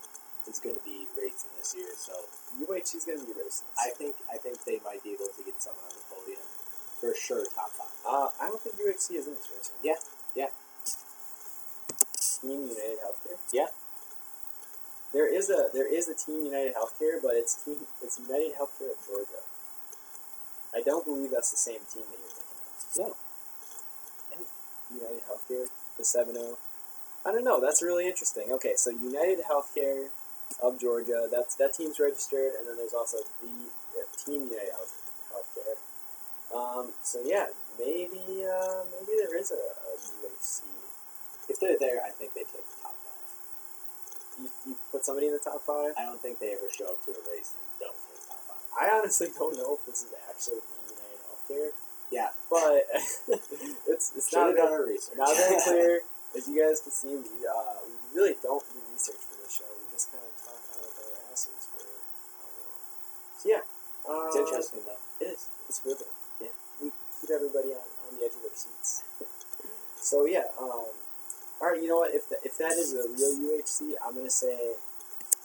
B: is going to be racing this year, so
A: UH is gonna be racing.
B: I think I think they might be able to get someone on the podium for sure. Top five.
A: uh, I don't think UHC is in this race. right?
B: Yeah, yeah.
A: Team United Healthcare.
B: Yeah.
A: There is a there is a Team United Healthcare, but it's team it's United Healthcare of Georgia. I don't believe that's the same team that you're thinking of.
B: No.
A: United Healthcare, the 7 0. I don't know. That's really interesting. Okay, so United Healthcare of Georgia, that's that team's registered, and then there's also the uh, Team United Health, Healthcare. Um, so yeah, maybe uh, maybe there is a, a UHC.
B: If they're there, I think they take the top five.
A: You, you put somebody in the top five.
B: I don't think they ever show up to a race and don't take top five.
A: I honestly don't know if this is actually the United Healthcare,
B: Yeah,
A: but <laughs> it's it's
B: should
A: not very-
B: have done our research.
A: Not
B: <laughs>
A: very clear. As you guys can see, we, uh, we really don't do research for this show. We just kind of talk out of our asses for how long. So yeah, uh,
B: it's interesting though.
A: It is. It's riveting.
B: Yeah.
A: we keep everybody on, on the edge of their seats. <laughs> so yeah, um, all right. You know what? If the, if that is a real UHC, I'm gonna say,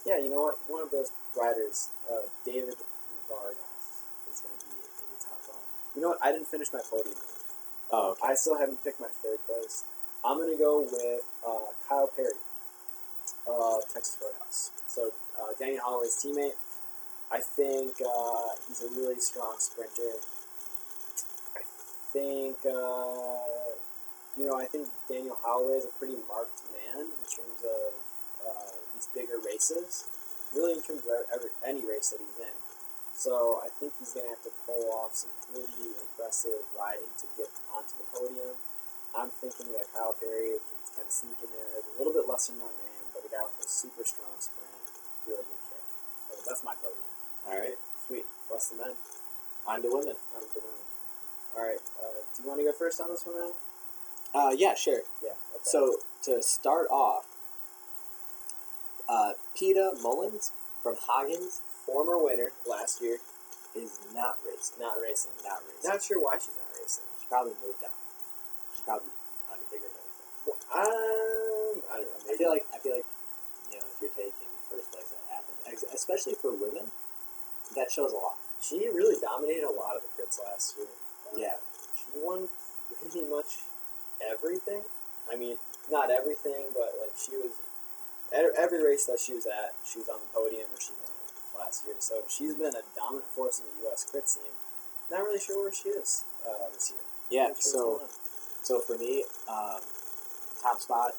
A: yeah. You know what? One of those riders, uh, David Vargas, is gonna be in the top five. You know what? I didn't finish my podium. Though.
B: Oh, okay.
A: I still haven't picked my third place. I'm gonna go with uh, Kyle Perry of Texas Roadhouse. So uh, Daniel Holloway's teammate. I think uh, he's a really strong sprinter. I think uh, you know. I think Daniel Holloway is a pretty marked man in terms of uh, these bigger races. Really, in terms of every, any race that he's in. So I think he's going to have to pull off some pretty impressive riding to get onto the podium. I'm thinking that Kyle Perry can kind of sneak in there as a little bit lesser known name, but a guy with a super strong sprint, really good kick. So that's my podium.
B: All right.
A: Sweet. Less than men.
B: On to women.
A: I'm the winner. All right. Uh, do you want to go first on this one, Ryan?
B: Uh, yeah, sure.
A: Yeah. Okay.
B: So to start off, uh, Peta Mullins from Hagen's
A: former winner last year,
B: is not racing.
A: not racing.
B: Not racing.
A: Not sure why she's not racing.
B: She probably moved on. She's probably on to bigger and better things.
A: Well, um, I don't know.
B: I
A: Maybe
B: feel like I feel like you know if you're taking first place at Athens, ex- especially for women, that shows a lot.
A: she really dominated a lot of the crits last year. Uh,
B: Yeah.
A: She won pretty much everything. I mean, not everything, but like she was e- every race that she was at, she was on the podium or she won it last year. So she's
B: Mm-hmm.
A: been a dominant force in the U.S. crit scene. Not really sure where she is uh, this year.
B: Yeah.
A: Not sure what's
B: So
A: going on.
B: so for me, um, top spot,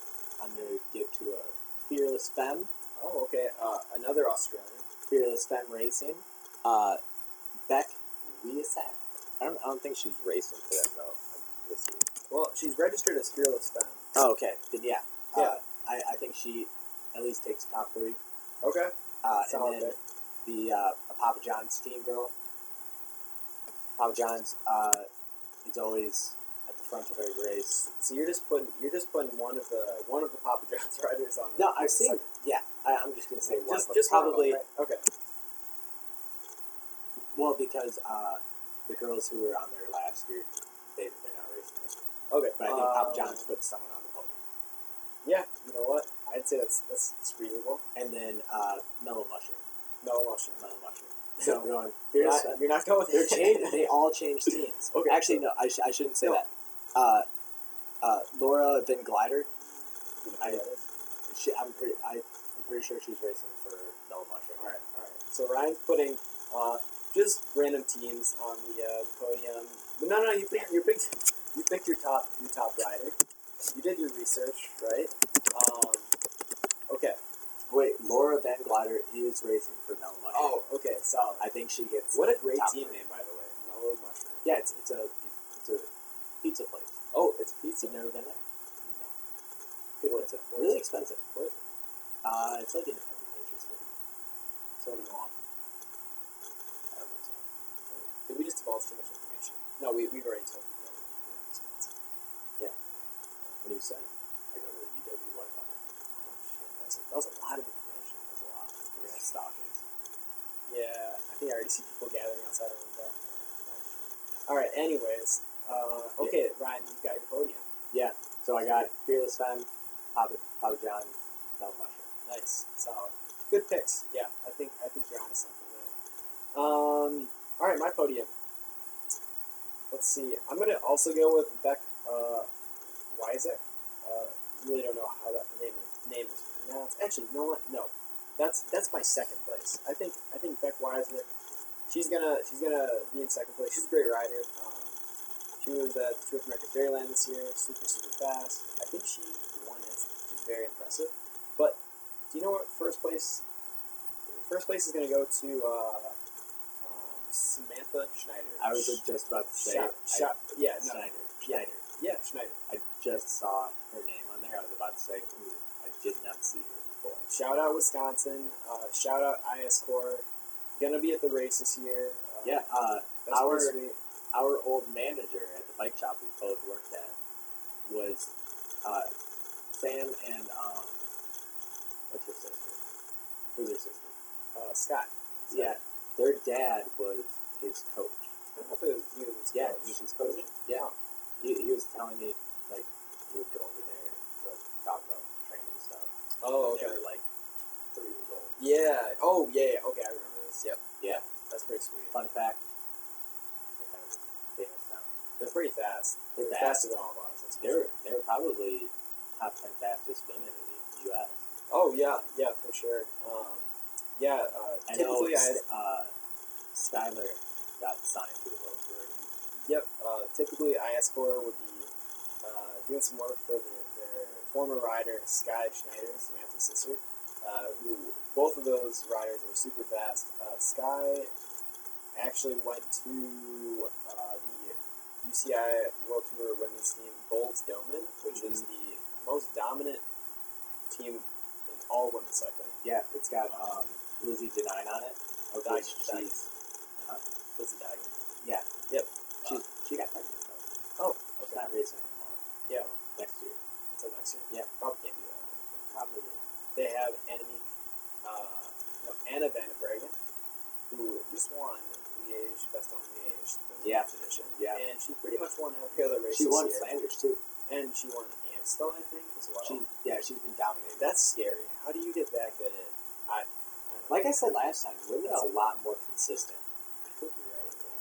B: I'm gonna give to a fearless femme.
A: oh okay, uh, another Australian.
B: Fearless Femme Racing. Uh, Beck Wiesack. I don't, I don't think she's racing for them though. This year.
A: Well, she's registered as Fearless Femme.
B: Oh, okay. Then yeah,
A: Yeah.
B: Uh, I, I think she at least takes top three.
A: Okay.
B: Uh,
A: Solid
B: and then the uh, Papa John's team girl. Papa John's uh, is always at the front of every race.
A: So you're just putting you're just putting one of the one of the Papa John's <laughs> riders on.
B: No,
A: the-
B: I've seen. Yeah, I, I'm just gonna say one.
A: Just,
B: of them.
A: just one of them,
B: probably
A: right? Okay.
B: well because uh, the girls who were on there last year, they they're not racing this year.
A: Okay.
B: But I think Papa
A: um,
B: John's put someone on the podium.
A: Yeah. You know what? I'd say that's that's, that's reasonable.
B: and then uh, mellow <laughs> mushroom,
A: No mushroom. No.
B: mellow mushroom. So I'm going
A: You're
B: fierce.
A: not, you're not going. <laughs>
B: They're changed. They all change <laughs> teams.
A: Okay.
B: Actually, no. I, sh- I shouldn't say
A: No.
B: that. Uh, uh, Laura Van Glider.
A: You know,
B: I-
A: yeah.
B: She, I'm pretty. I, I'm pretty sure she's racing for mellow
A: All
B: mushroom.
A: right. All right. So Ryan's putting uh, just random teams on the uh, podium. But no, no, you picked you picked you picked your top your top rider. You did your research, right? Um, okay.
B: Wait, Laura Van Glider is racing for mellow mushroom.
A: Oh, okay. Solid.
B: I think she gets.
A: What a great
B: Top
A: team
B: three.
A: name, by the way. Mellow Mushroom.
B: Yeah, it's it's a it's a pizza place.
A: Oh, it's
B: So
A: pizza.
B: You've never been there?
A: No.
B: Good
A: Where-
B: pizza.
A: where is it?
B: Really expensive.
A: Where is it?
B: Uh, it's like in every major city.
A: So in Milwaukee.
B: I don't think so.
A: Did we just divulge too much information? No, we, we've already told people that we we're in Wisconsin.
B: What do you say? I go to the UW Whitewater.
A: Oh, shit. That was a, that was a lot of information. That was a lot.
B: We're gonna have stockings.
A: Yeah, I think I already see people gathering outside our window. All right, anyways. Uh, okay, Ryan, you've got your podium.
B: So I got Fearless Femme, Papa, Papa John's, Mel Mushroom.
A: Nice, solid, good picks. Yeah, I think I think you're onto something there. Um, all right, my podium. Let's see. I'm gonna also go with Beck uh, Wyzek. Uh, really don't know how that name is, name is pronounced. Actually, no, what? no, that's that's my second place. I think I think Beck Wyzek. She's gonna she's gonna be in second place. She's a great rider. Um, she was at the Tour of America's Dairyland this year. Super super fast. I think she won it. She's very impressive. But do you know what first place? First place is going to go to uh, um, Samantha Schneider.
B: I was just about to say
A: Shot,
B: I-
A: shot, yeah, no,
B: Schneider. Schneider.
A: yeah, Schneider.
B: I just saw her name on there. I was about to say, ooh, I did not see her before.
A: Shout out Wisconsin. Uh, shout out IS Corps. Gonna be at the race this year. Uh,
B: Yeah, uh,
A: that's
B: our-
A: pretty sweet.
B: our old manager at the bike shop we both worked at was uh, Sam and um, what's her sister? Who's her sister?
A: Uh, Scott.
B: Yeah, their dad was his coach.
A: I don't know if it was you and his
B: Yeah,
A: coach.
B: he was his coach. Yeah,
A: Wow.
B: he, he was telling me like he would go over there to talk about training and stuff.
A: Oh,
B: when
A: okay.
B: they were like three years old.
A: Yeah. Oh, yeah. yeah. Okay, I remember this. Yep.
B: Yeah.
A: That's pretty sweet.
B: Fun fact, they're kind of famous now.
A: They're pretty fast.
B: They're
A: They're
B: fast.
A: faster than all of us. that's for
B: They
A: sure.
B: were they were probably top ten fastest women in the U.S.
A: Oh yeah, yeah, for sure. Um, yeah, uh,
B: I
A: typically
B: know
A: I
B: uh, Skyler got signed to a world tour.
A: yep. Uh, typically IS Corps would be uh, doing some work for the, their former rider Sky Schneider, Samantha's sister, uh, who both of those riders were super fast. Uh, Sky actually went to uh, the UCI World Tour Women's Team Bolds Domen, which is the most dominant team in all women's cycling.
B: Yeah, it's got um, Lizzie Denine on it.
A: Oh,
B: which she's,
A: Lizzie Digan.
B: yeah,
A: Yep.
B: she's She got pregnant though.
A: Oh,
B: She's
A: okay.
B: not racing anymore.
A: Yeah.
B: So, next year.
A: Until next year.
B: Yeah.
A: Probably can't do that.
B: Probably not.
A: They have enemy, uh, no, Anna Van de Bregen, who just won Liège, Bastogne Liège, the
B: Yeah.
A: edition.
B: Yeah.
A: And she pretty much won every other race.
B: She
A: this
B: won
A: year.
B: Flanders too.
A: and she won Amstel, I think, as well.
B: She's yeah, she's been dominating.
A: That's scary. How do you get that good at? I, I don't know.
B: Like I said last time, women are a lot more consistent.
A: I think you're right. Yeah.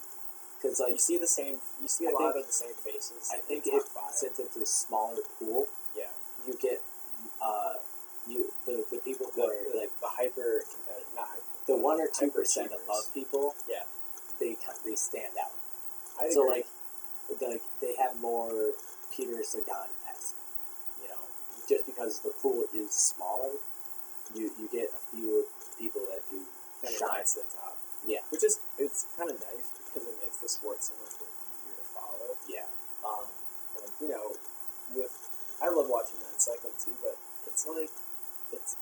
B: Because like
A: you see the same. You see a
B: I
A: lot of
B: think-
A: the same faces.
B: I
A: in
B: think
A: the top
B: if
A: five.
B: since it's a smaller pool,
A: yeah,
B: you get uh you the, the people who
A: the,
B: are
A: the,
B: like
A: the hyper competitive, not hyper.
B: the one or two
A: hyper
B: percent
A: achievers.
B: above people,
A: Yeah.
B: they ki- they stand out.
A: I'd
B: so
A: agree.
B: like, they- like they have more Peter Sagan esque, you know, just because the pool is smaller, you you get a few people that do
A: kind of
B: shine.
A: rise to the top,
B: Yeah,
A: which is it's kind of nice because it makes the sport so much more easier to follow.
B: yeah,
A: Um, like you know, with I love watching men's cycling too, but it's like it's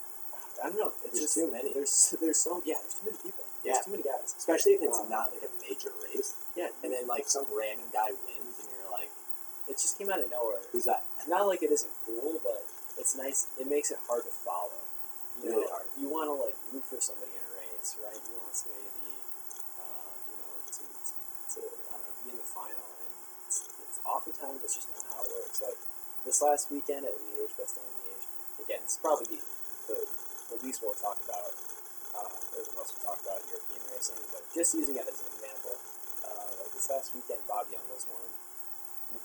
A: I don't know. It's
B: There's
A: just
B: too many.
A: There's there's so yeah. There's too many people.
B: Yeah.
A: There's too many guys.
B: especially if it's
A: Um,
B: not like a major race,
A: Yeah,
B: and then like some random guy wins, and you're like,
A: it just came out of nowhere.
B: who's that?
A: Not like it isn't cool, but it's nice. It makes it hard to follow. You know,
B: Really hard.
A: you want to like root for somebody in a race, right? You want somebody to be, uh, you know, to, to, to I don't know, be in the final, and it's, it's oftentimes it's just not how it works. Like this last weekend at Liège, Bastogne Liège. Again, it's probably the the, the least we'll talk about, uh, or the most we'll talk about European racing, but just using it as an example. Uh, like this last weekend, Bob Youngles won,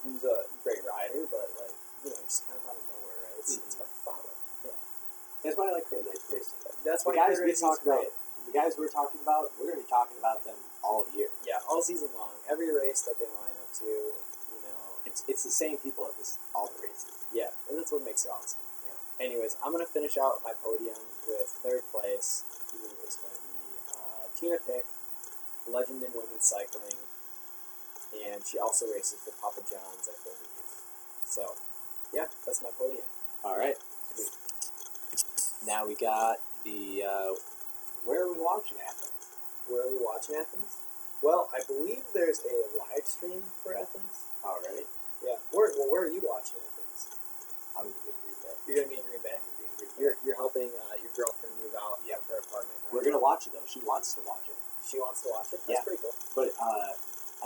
A: who's a great rider, but like you know, just kind of out of nowhere, right? It's, it's
B: Mhm.
A: hard to follow.
B: That's why I like crit race racing.
A: That's
B: The
A: why crit
B: guys
A: racing
B: we
A: is
B: talk about,
A: great.
B: the guys we're talking about, we're gonna be talking about them all year.
A: Yeah, all season long, every race that they line up to, you know,
B: It's it's the same people at this all the races.
A: yeah, and that's what makes it awesome. You know. Anyways, I'm gonna finish out my podium with third place, who is gonna be uh, Tina Pick, legend in women's cycling, and she also races for Papa John's, I believe. So, yeah, that's my podium.
B: All right.
A: Sweet.
B: Now we got the uh, where are we watching at?
A: Where are we watching Athens? Well, I believe there's a live stream for Athens.
B: All right.
A: Yeah. Where, well, where are you watching Athens?
B: I'm gonna be in Green Bay.
A: You're gonna be in Green Bay.
B: I'm gonna be in Green Bay.
A: You're, you're helping uh, your girlfriend move out of
B: Yep.
A: her apartment. Right?
B: We're gonna watch it though. She wants to watch it,
A: She wants to watch it. That's
B: Yeah.
A: pretty cool.
B: but uh,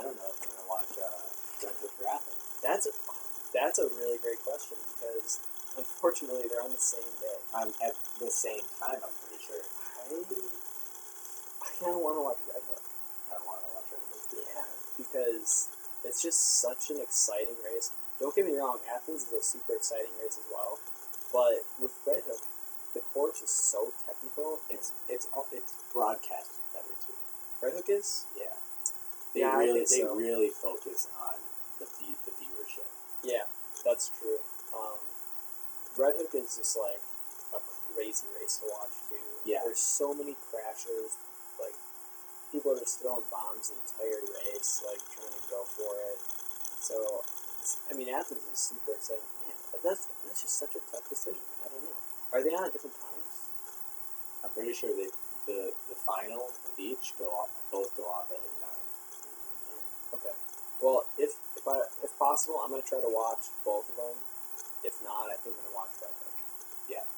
B: I don't know if I'm gonna watch uh, Red Bull for Athens.
A: That's a, that's a really great question because unfortunately they're on the same day.
B: I'm at the same time. I'm pretty sure.
A: I I kind of want to watch Red Hook.
B: I don't want to watch Red Bull. for Athens.
A: Yeah, because it's just such an exciting race. Don't get me wrong, Athens is a super exciting race as well, but with Red Hook, the course is so technical.
B: It's it's all- it's broadcasted better too.
A: Red Hook is
B: Yeah. They
A: Yeah, I
B: really
A: think
B: they
A: so.
B: really focus on the view, the viewership.
A: Yeah, that's true. Um, Red Hook is just like a crazy race to watch too.
B: Yeah.
A: there's so many crashes. Like people are just throwing bombs the entire race, like trying to go for it. So, it's- I mean, Athens is super exciting. Man, but that's that's just such a tough decision. I don't know. Are they on at different Oh, times?
B: I'm pretty sure they the the final of each go off both go off at like nine.
A: Okay. Well, if if I if possible, I'm gonna try to watch both of them. If not, I think I'm gonna watch Red Hook.
B: And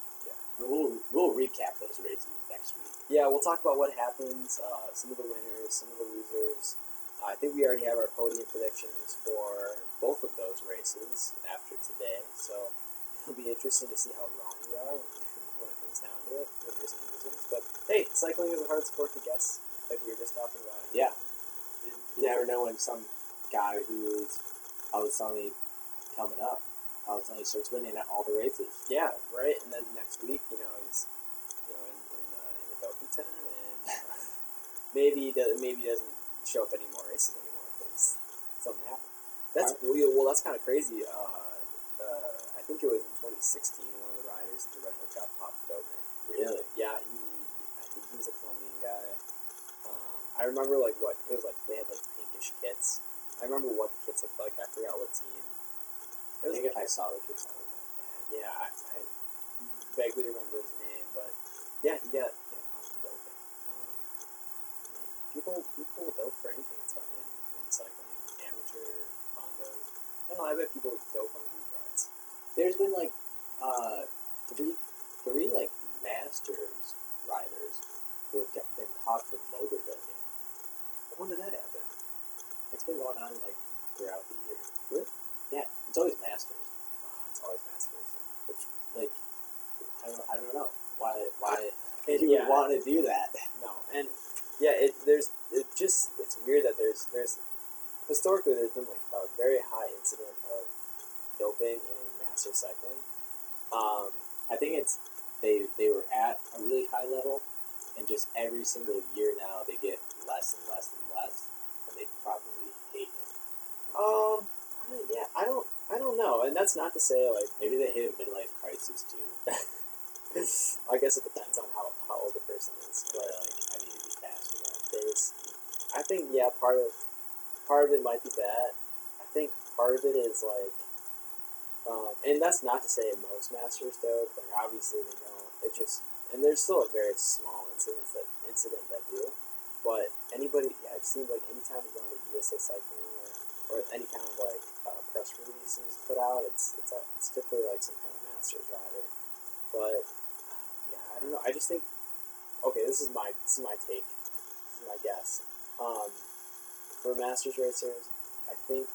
B: We'll we'll recap those races next week.
A: Yeah, we'll talk about what happens, uh, some of the winners, some of the losers. I think we already have our podium predictions for both of those races after today, so it'll be interesting to see how wrong we are when, we, when it comes down to it, winners and losers. But hey, cycling is a hard sport to guess, like we were just talking about.
B: Yeah.
A: You-
B: You never know when some guy who's all of a sudden coming up, all of a sudden starts winning at all the races.
A: Yeah, right. And then next week, you know, he's you know in, in the in the doping tent, and uh, maybe he does, maybe he doesn't show up any more races anymore because something happened. That's well, well, that's kind of crazy. Uh, uh, I think it was in 2016, one of the riders at the Red Hook got popped for doping.
B: Really?
A: Yeah, he, I think he was a Colombian guy. Um, I remember like what it was like. They had like pinkish kits. I remember what the kits looked like. I forgot what team. It was
B: I think if I saw the kids, I would know.
A: yeah, I, I vaguely remember his name, but yeah, he got yeah, popped for doping. Um, man, people people will dope for anything. It's in, in cycling, amateur, road. I don't know. I bet people dope on group rides.
B: There's been like uh, three, three like masters riders who have got- been caught for motor building.
A: When did that happen?
B: It's been going on like throughout the year.
A: Really?
B: Yeah, it's always masters.
A: Oh, it's always masters.
B: Like I don't, I don't know why
A: <laughs>
B: why
A: It-
B: you
A: yeah.
B: would want to do that.
A: No, and yeah, it there's it just it's weird that there's there's historically there's been like a very high incident of doping in master cycling. Um,
B: I think it's they they were at a really high level, and just every single year now they get less and less and less, and they probably hate it.
A: um, I, yeah, I don't I don't know, and that's not to say like
B: Maybe they hit a midlife crisis too.
A: <laughs> I guess it depends on how, how old the person is,
B: And
A: but
B: they're like, I need to be fast again.
A: there's I think yeah part of part of it might be that I think part of it is like um, and that's not to say most masters dope like obviously they don't it just and there's still a very small incident that incident that do but anybody yeah it seems like anytime you go into USA cycling or, or any kind of like uh, press releases put out it's it's a, it's typically like some kind of masters rider but yeah I don't know I just think okay this is my this is my take my guess. Um, for masters racers, I think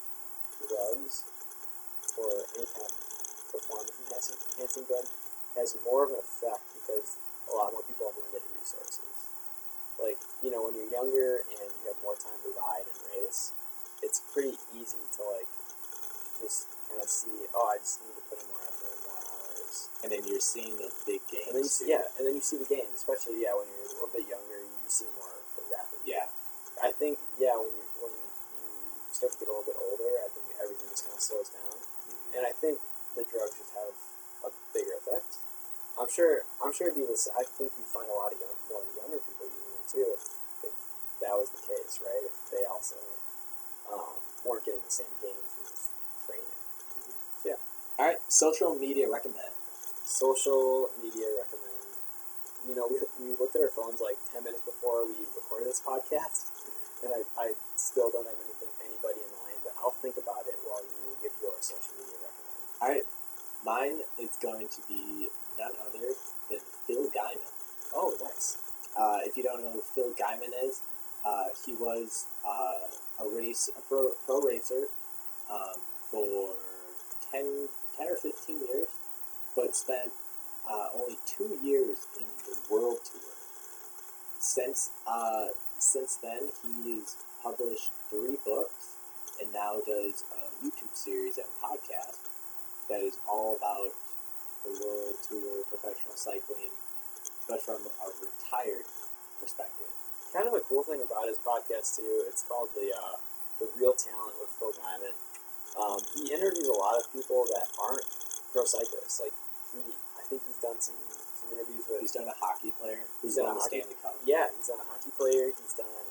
A: drugs or any kind of performance enhancing, enhancing drug has more of an effect because a lot more people have limited resources. Like, you know, when you're younger and you have more time to ride and race, it's pretty easy to, like, just kind of see, oh, I just need to put in more effort and more hours.
B: And then you're seeing those big games.
A: And then you see,
B: too.
A: yeah, and then you see the gains, especially, yeah, when you're a little bit younger, you see more rapid
B: yeah.
A: I think yeah, when you when you start to get a little bit older, I think everything just kind of slows down,
B: Mhm.
A: and I think the drugs just have a bigger effect. I'm sure. I'm sure it'd be this. I think you'd find a lot of young, more younger people using them too, if, if that was the case, right? If they also um, weren't getting the same gains from just training.
B: All right, social media recommend.
A: Social media recommend. You know, we, we looked at our phones like ten minutes before we recorded this podcast, and I, I still don't have anything anybody in mind. But I'll think about it while you give your social media recommend.
B: All right, mine is going to be none other than Phil Guyman.
A: Oh, nice.
B: Uh, if you don't know who Phil Guyman is, uh, he was uh, a race a pro, pro racer um, for 10, 10 or 15 years, but spent uh, only two years in the world tour. Since uh, since then, he's published three books and now does a YouTube series and podcast that is all about the world tour, professional cycling, but from a retired perspective.
A: Kind of a cool thing about his podcast too. It's called the uh, the Real Talent with Phil Diamond. Um, he interviews a lot of people that aren't pro cyclists. Like he, I think he's done some some interviews with.
B: He's done a hockey player who's
A: He's done
B: won
A: a
B: the
A: hockey-
B: Stanley Cup.
A: Yeah, he's done a hockey player. He's done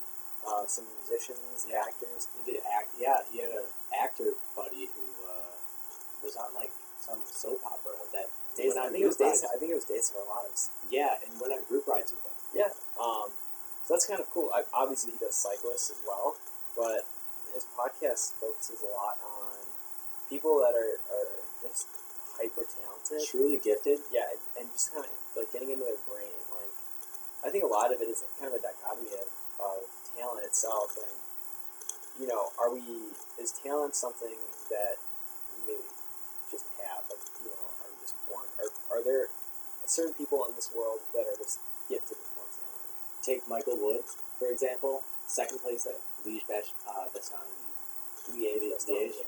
A: uh, some musicians,
B: Yeah.
A: actors.
B: He did act. Yeah, he had an actor buddy who uh, was on like some soap opera that
A: Days,
B: went
A: I
B: on
A: think it was
B: group
A: days.
B: rides-
A: I think it was days of our lives.
B: Yeah, and went on group rides with him.
A: Um, so that's kind of cool. I, obviously, he does cyclists as well, but his podcast focuses a lot on people that are, are just hyper talented.
B: Truly gifted.
A: Yeah, and, and just kind of like getting into their brain. Like, I think a lot of it is kind of a dichotomy of, of talent itself, and you know, are we is talent something that we just have? Like, you know, are we just born? Are are there certain people in this world that are just gifted with more talent?
B: Take Michael Woods for example. Second place at Liège Bash uh, Bastogne.
A: Liège,
B: Liège,
A: that's not
B: Liège.
A: Liège.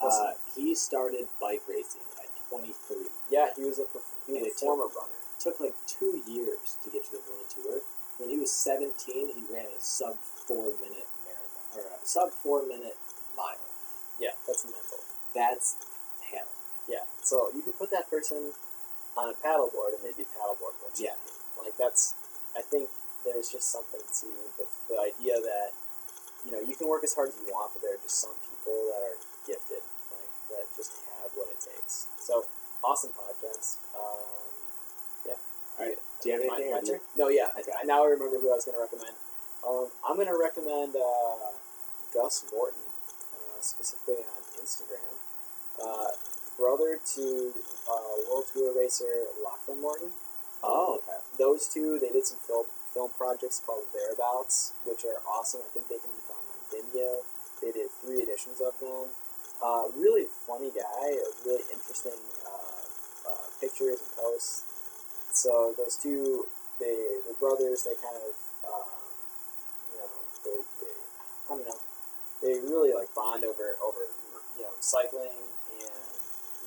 B: Uh, he started bike racing at 23.
A: yeah, he was a perf- he
B: and
A: was
B: it
A: a former runner.
B: took like two years to get to the world tour. When he was 17, he ran a sub four minute marathon or a sub four minute mile.
A: Yeah, that's mental.
B: That's talent.
A: Yeah, so you could put that person on a paddleboard and they'd be paddleboard world
B: Yeah.
A: champion. Like that's, I think there's just something to the, the idea that you know you can work as hard as you want, but there are just some people that are gifted, like that just have what it takes. So awesome podcast. Um, yeah.
B: All right. Do you have
A: My-
B: anything?
A: my
B: or do you-
A: turn? No, yeah. I-
B: Okay.
A: I, now I remember who I was going to recommend. Um, I'm going to recommend uh, Gus Morton, uh, specifically on Instagram. Uh, brother to uh, World Tour racer Lachlan Morton. Um,
B: Oh, okay.
A: Those two, they did some film film projects called Thereabouts, which are awesome. I think they can be found on Vimeo. They did three editions of them. Uh, really funny guy, really interesting uh, uh, pictures and posts. So those two, they they're brothers. They kind of, um, you know, they, they I don't know, they really like bond over over you know cycling and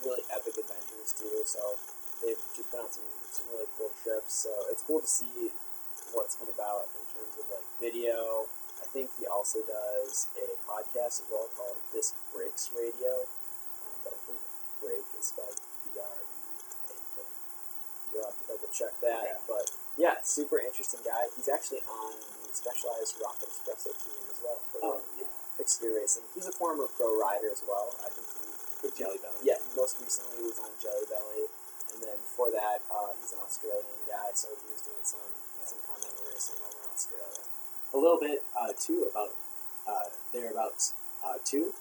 A: really epic adventures too. So they've just been on some, some really cool trips. So it's cool to see what's come about in terms of like video. I think he also does a podcast as well called Disc Breaks Radio, um, but I think break is spelled B R E A K. You'll have to double check that,
B: Okay.
A: but yeah, super interesting guy. He's actually on the Specialized Rock Espresso team as well for
B: Oh, yeah.
A: fixed gear racing. He's a former pro rider as well. I think he
B: With Jelly Belly.
A: yeah, he most recently was on Jelly Belly, and then before that, uh, he's an Australian guy, so he was doing some some continental racing over in Australia.
B: a little bit uh, too about uh, thereabouts uh, 2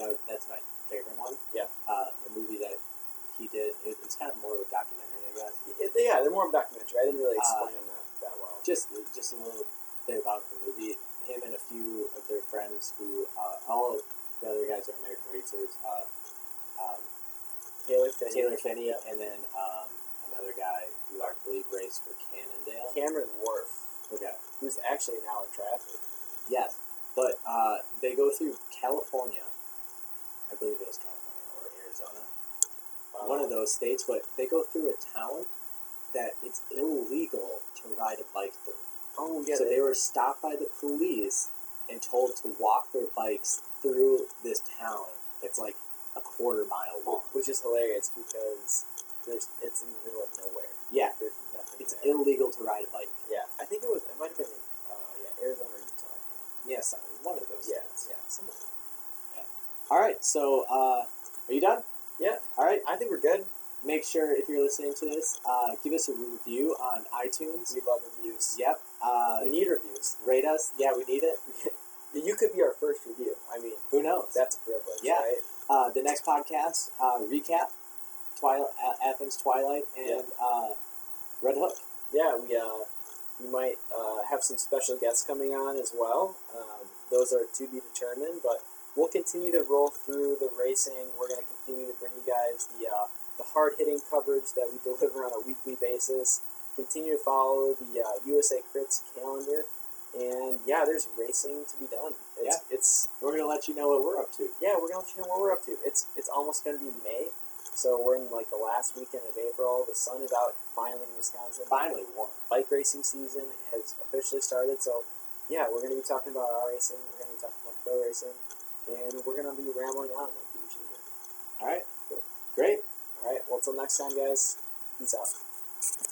B: That, that's my favorite one.
A: Yeah.
B: Uh, the movie that he did, it, it's kind of more of a documentary, I guess.
A: It- yeah, they're more of a documentary. I didn't really
B: Uh,
A: explain that that well.
B: Just just a little bit about the movie. Him and a few of their friends who uh, all of the other guys are American racers. Uh, um,
A: Taylor Finney,
B: Taylor Finney, and then um, another guy who I believe raced for Cannondale.
A: Cameron Worf,
B: Okay.
A: who's actually now a triathlete.
B: Yes, but uh, they go through California. I believe it was California or Arizona,
A: Uh,
B: one of those states. But they go through a town that it's illegal to ride a bike through.
A: Oh yeah,
B: so they, were stopped by the police and told to walk their bikes through this town that's like a quarter mile long.
A: which is hilarious because there's it's in the middle of nowhere.
B: Yeah,
A: There's nothing.
B: it's
A: there.
B: illegal to ride a bike.
A: yeah, I think it was. It might have been in uh, yeah Arizona or Utah. I think.
B: Yes, one of those.
A: Yeah,
B: states.
A: yeah, somewhere.
B: All right. So, uh, are you done?
A: Yeah.
B: All right.
A: I think we're good.
B: make sure if you're listening to this, uh, give us a review on iTunes.
A: We love reviews.
B: Yep. Uh,
A: We need reviews.
B: rate us. Yeah, we need it.
A: You could be our first review. I mean,
B: Who knows?
A: that's a privilege,
B: Yeah.
A: right?
B: Uh, the next podcast uh, recap: Twilight, uh, Athens Twilight, and uh, Red Hook.
A: Yeah, we uh, we might uh, have some special guests coming on as well. Um, those are to be determined, but we'll continue to roll through the racing. We're going to continue to bring you guys the uh, the hard hitting coverage that we <laughs> deliver on a weekly basis. Continue to follow the uh, USA Crits calendar, and yeah, there's racing to be done. It's, it's
B: We're gonna let you know what we're up to.
A: yeah, we're gonna let you know what we're up to. It's it's almost gonna be May, so we're in like the last weekend of April. The sun is out finally in Wisconsin.
B: Finally, warm.
A: Bike racing season has officially started. So yeah, we're gonna be talking about our racing. We're gonna be talking about pro racing, and we're gonna be rambling on like we usually do.
B: All right. Great.
A: All right. Well, till next time, guys. Peace out.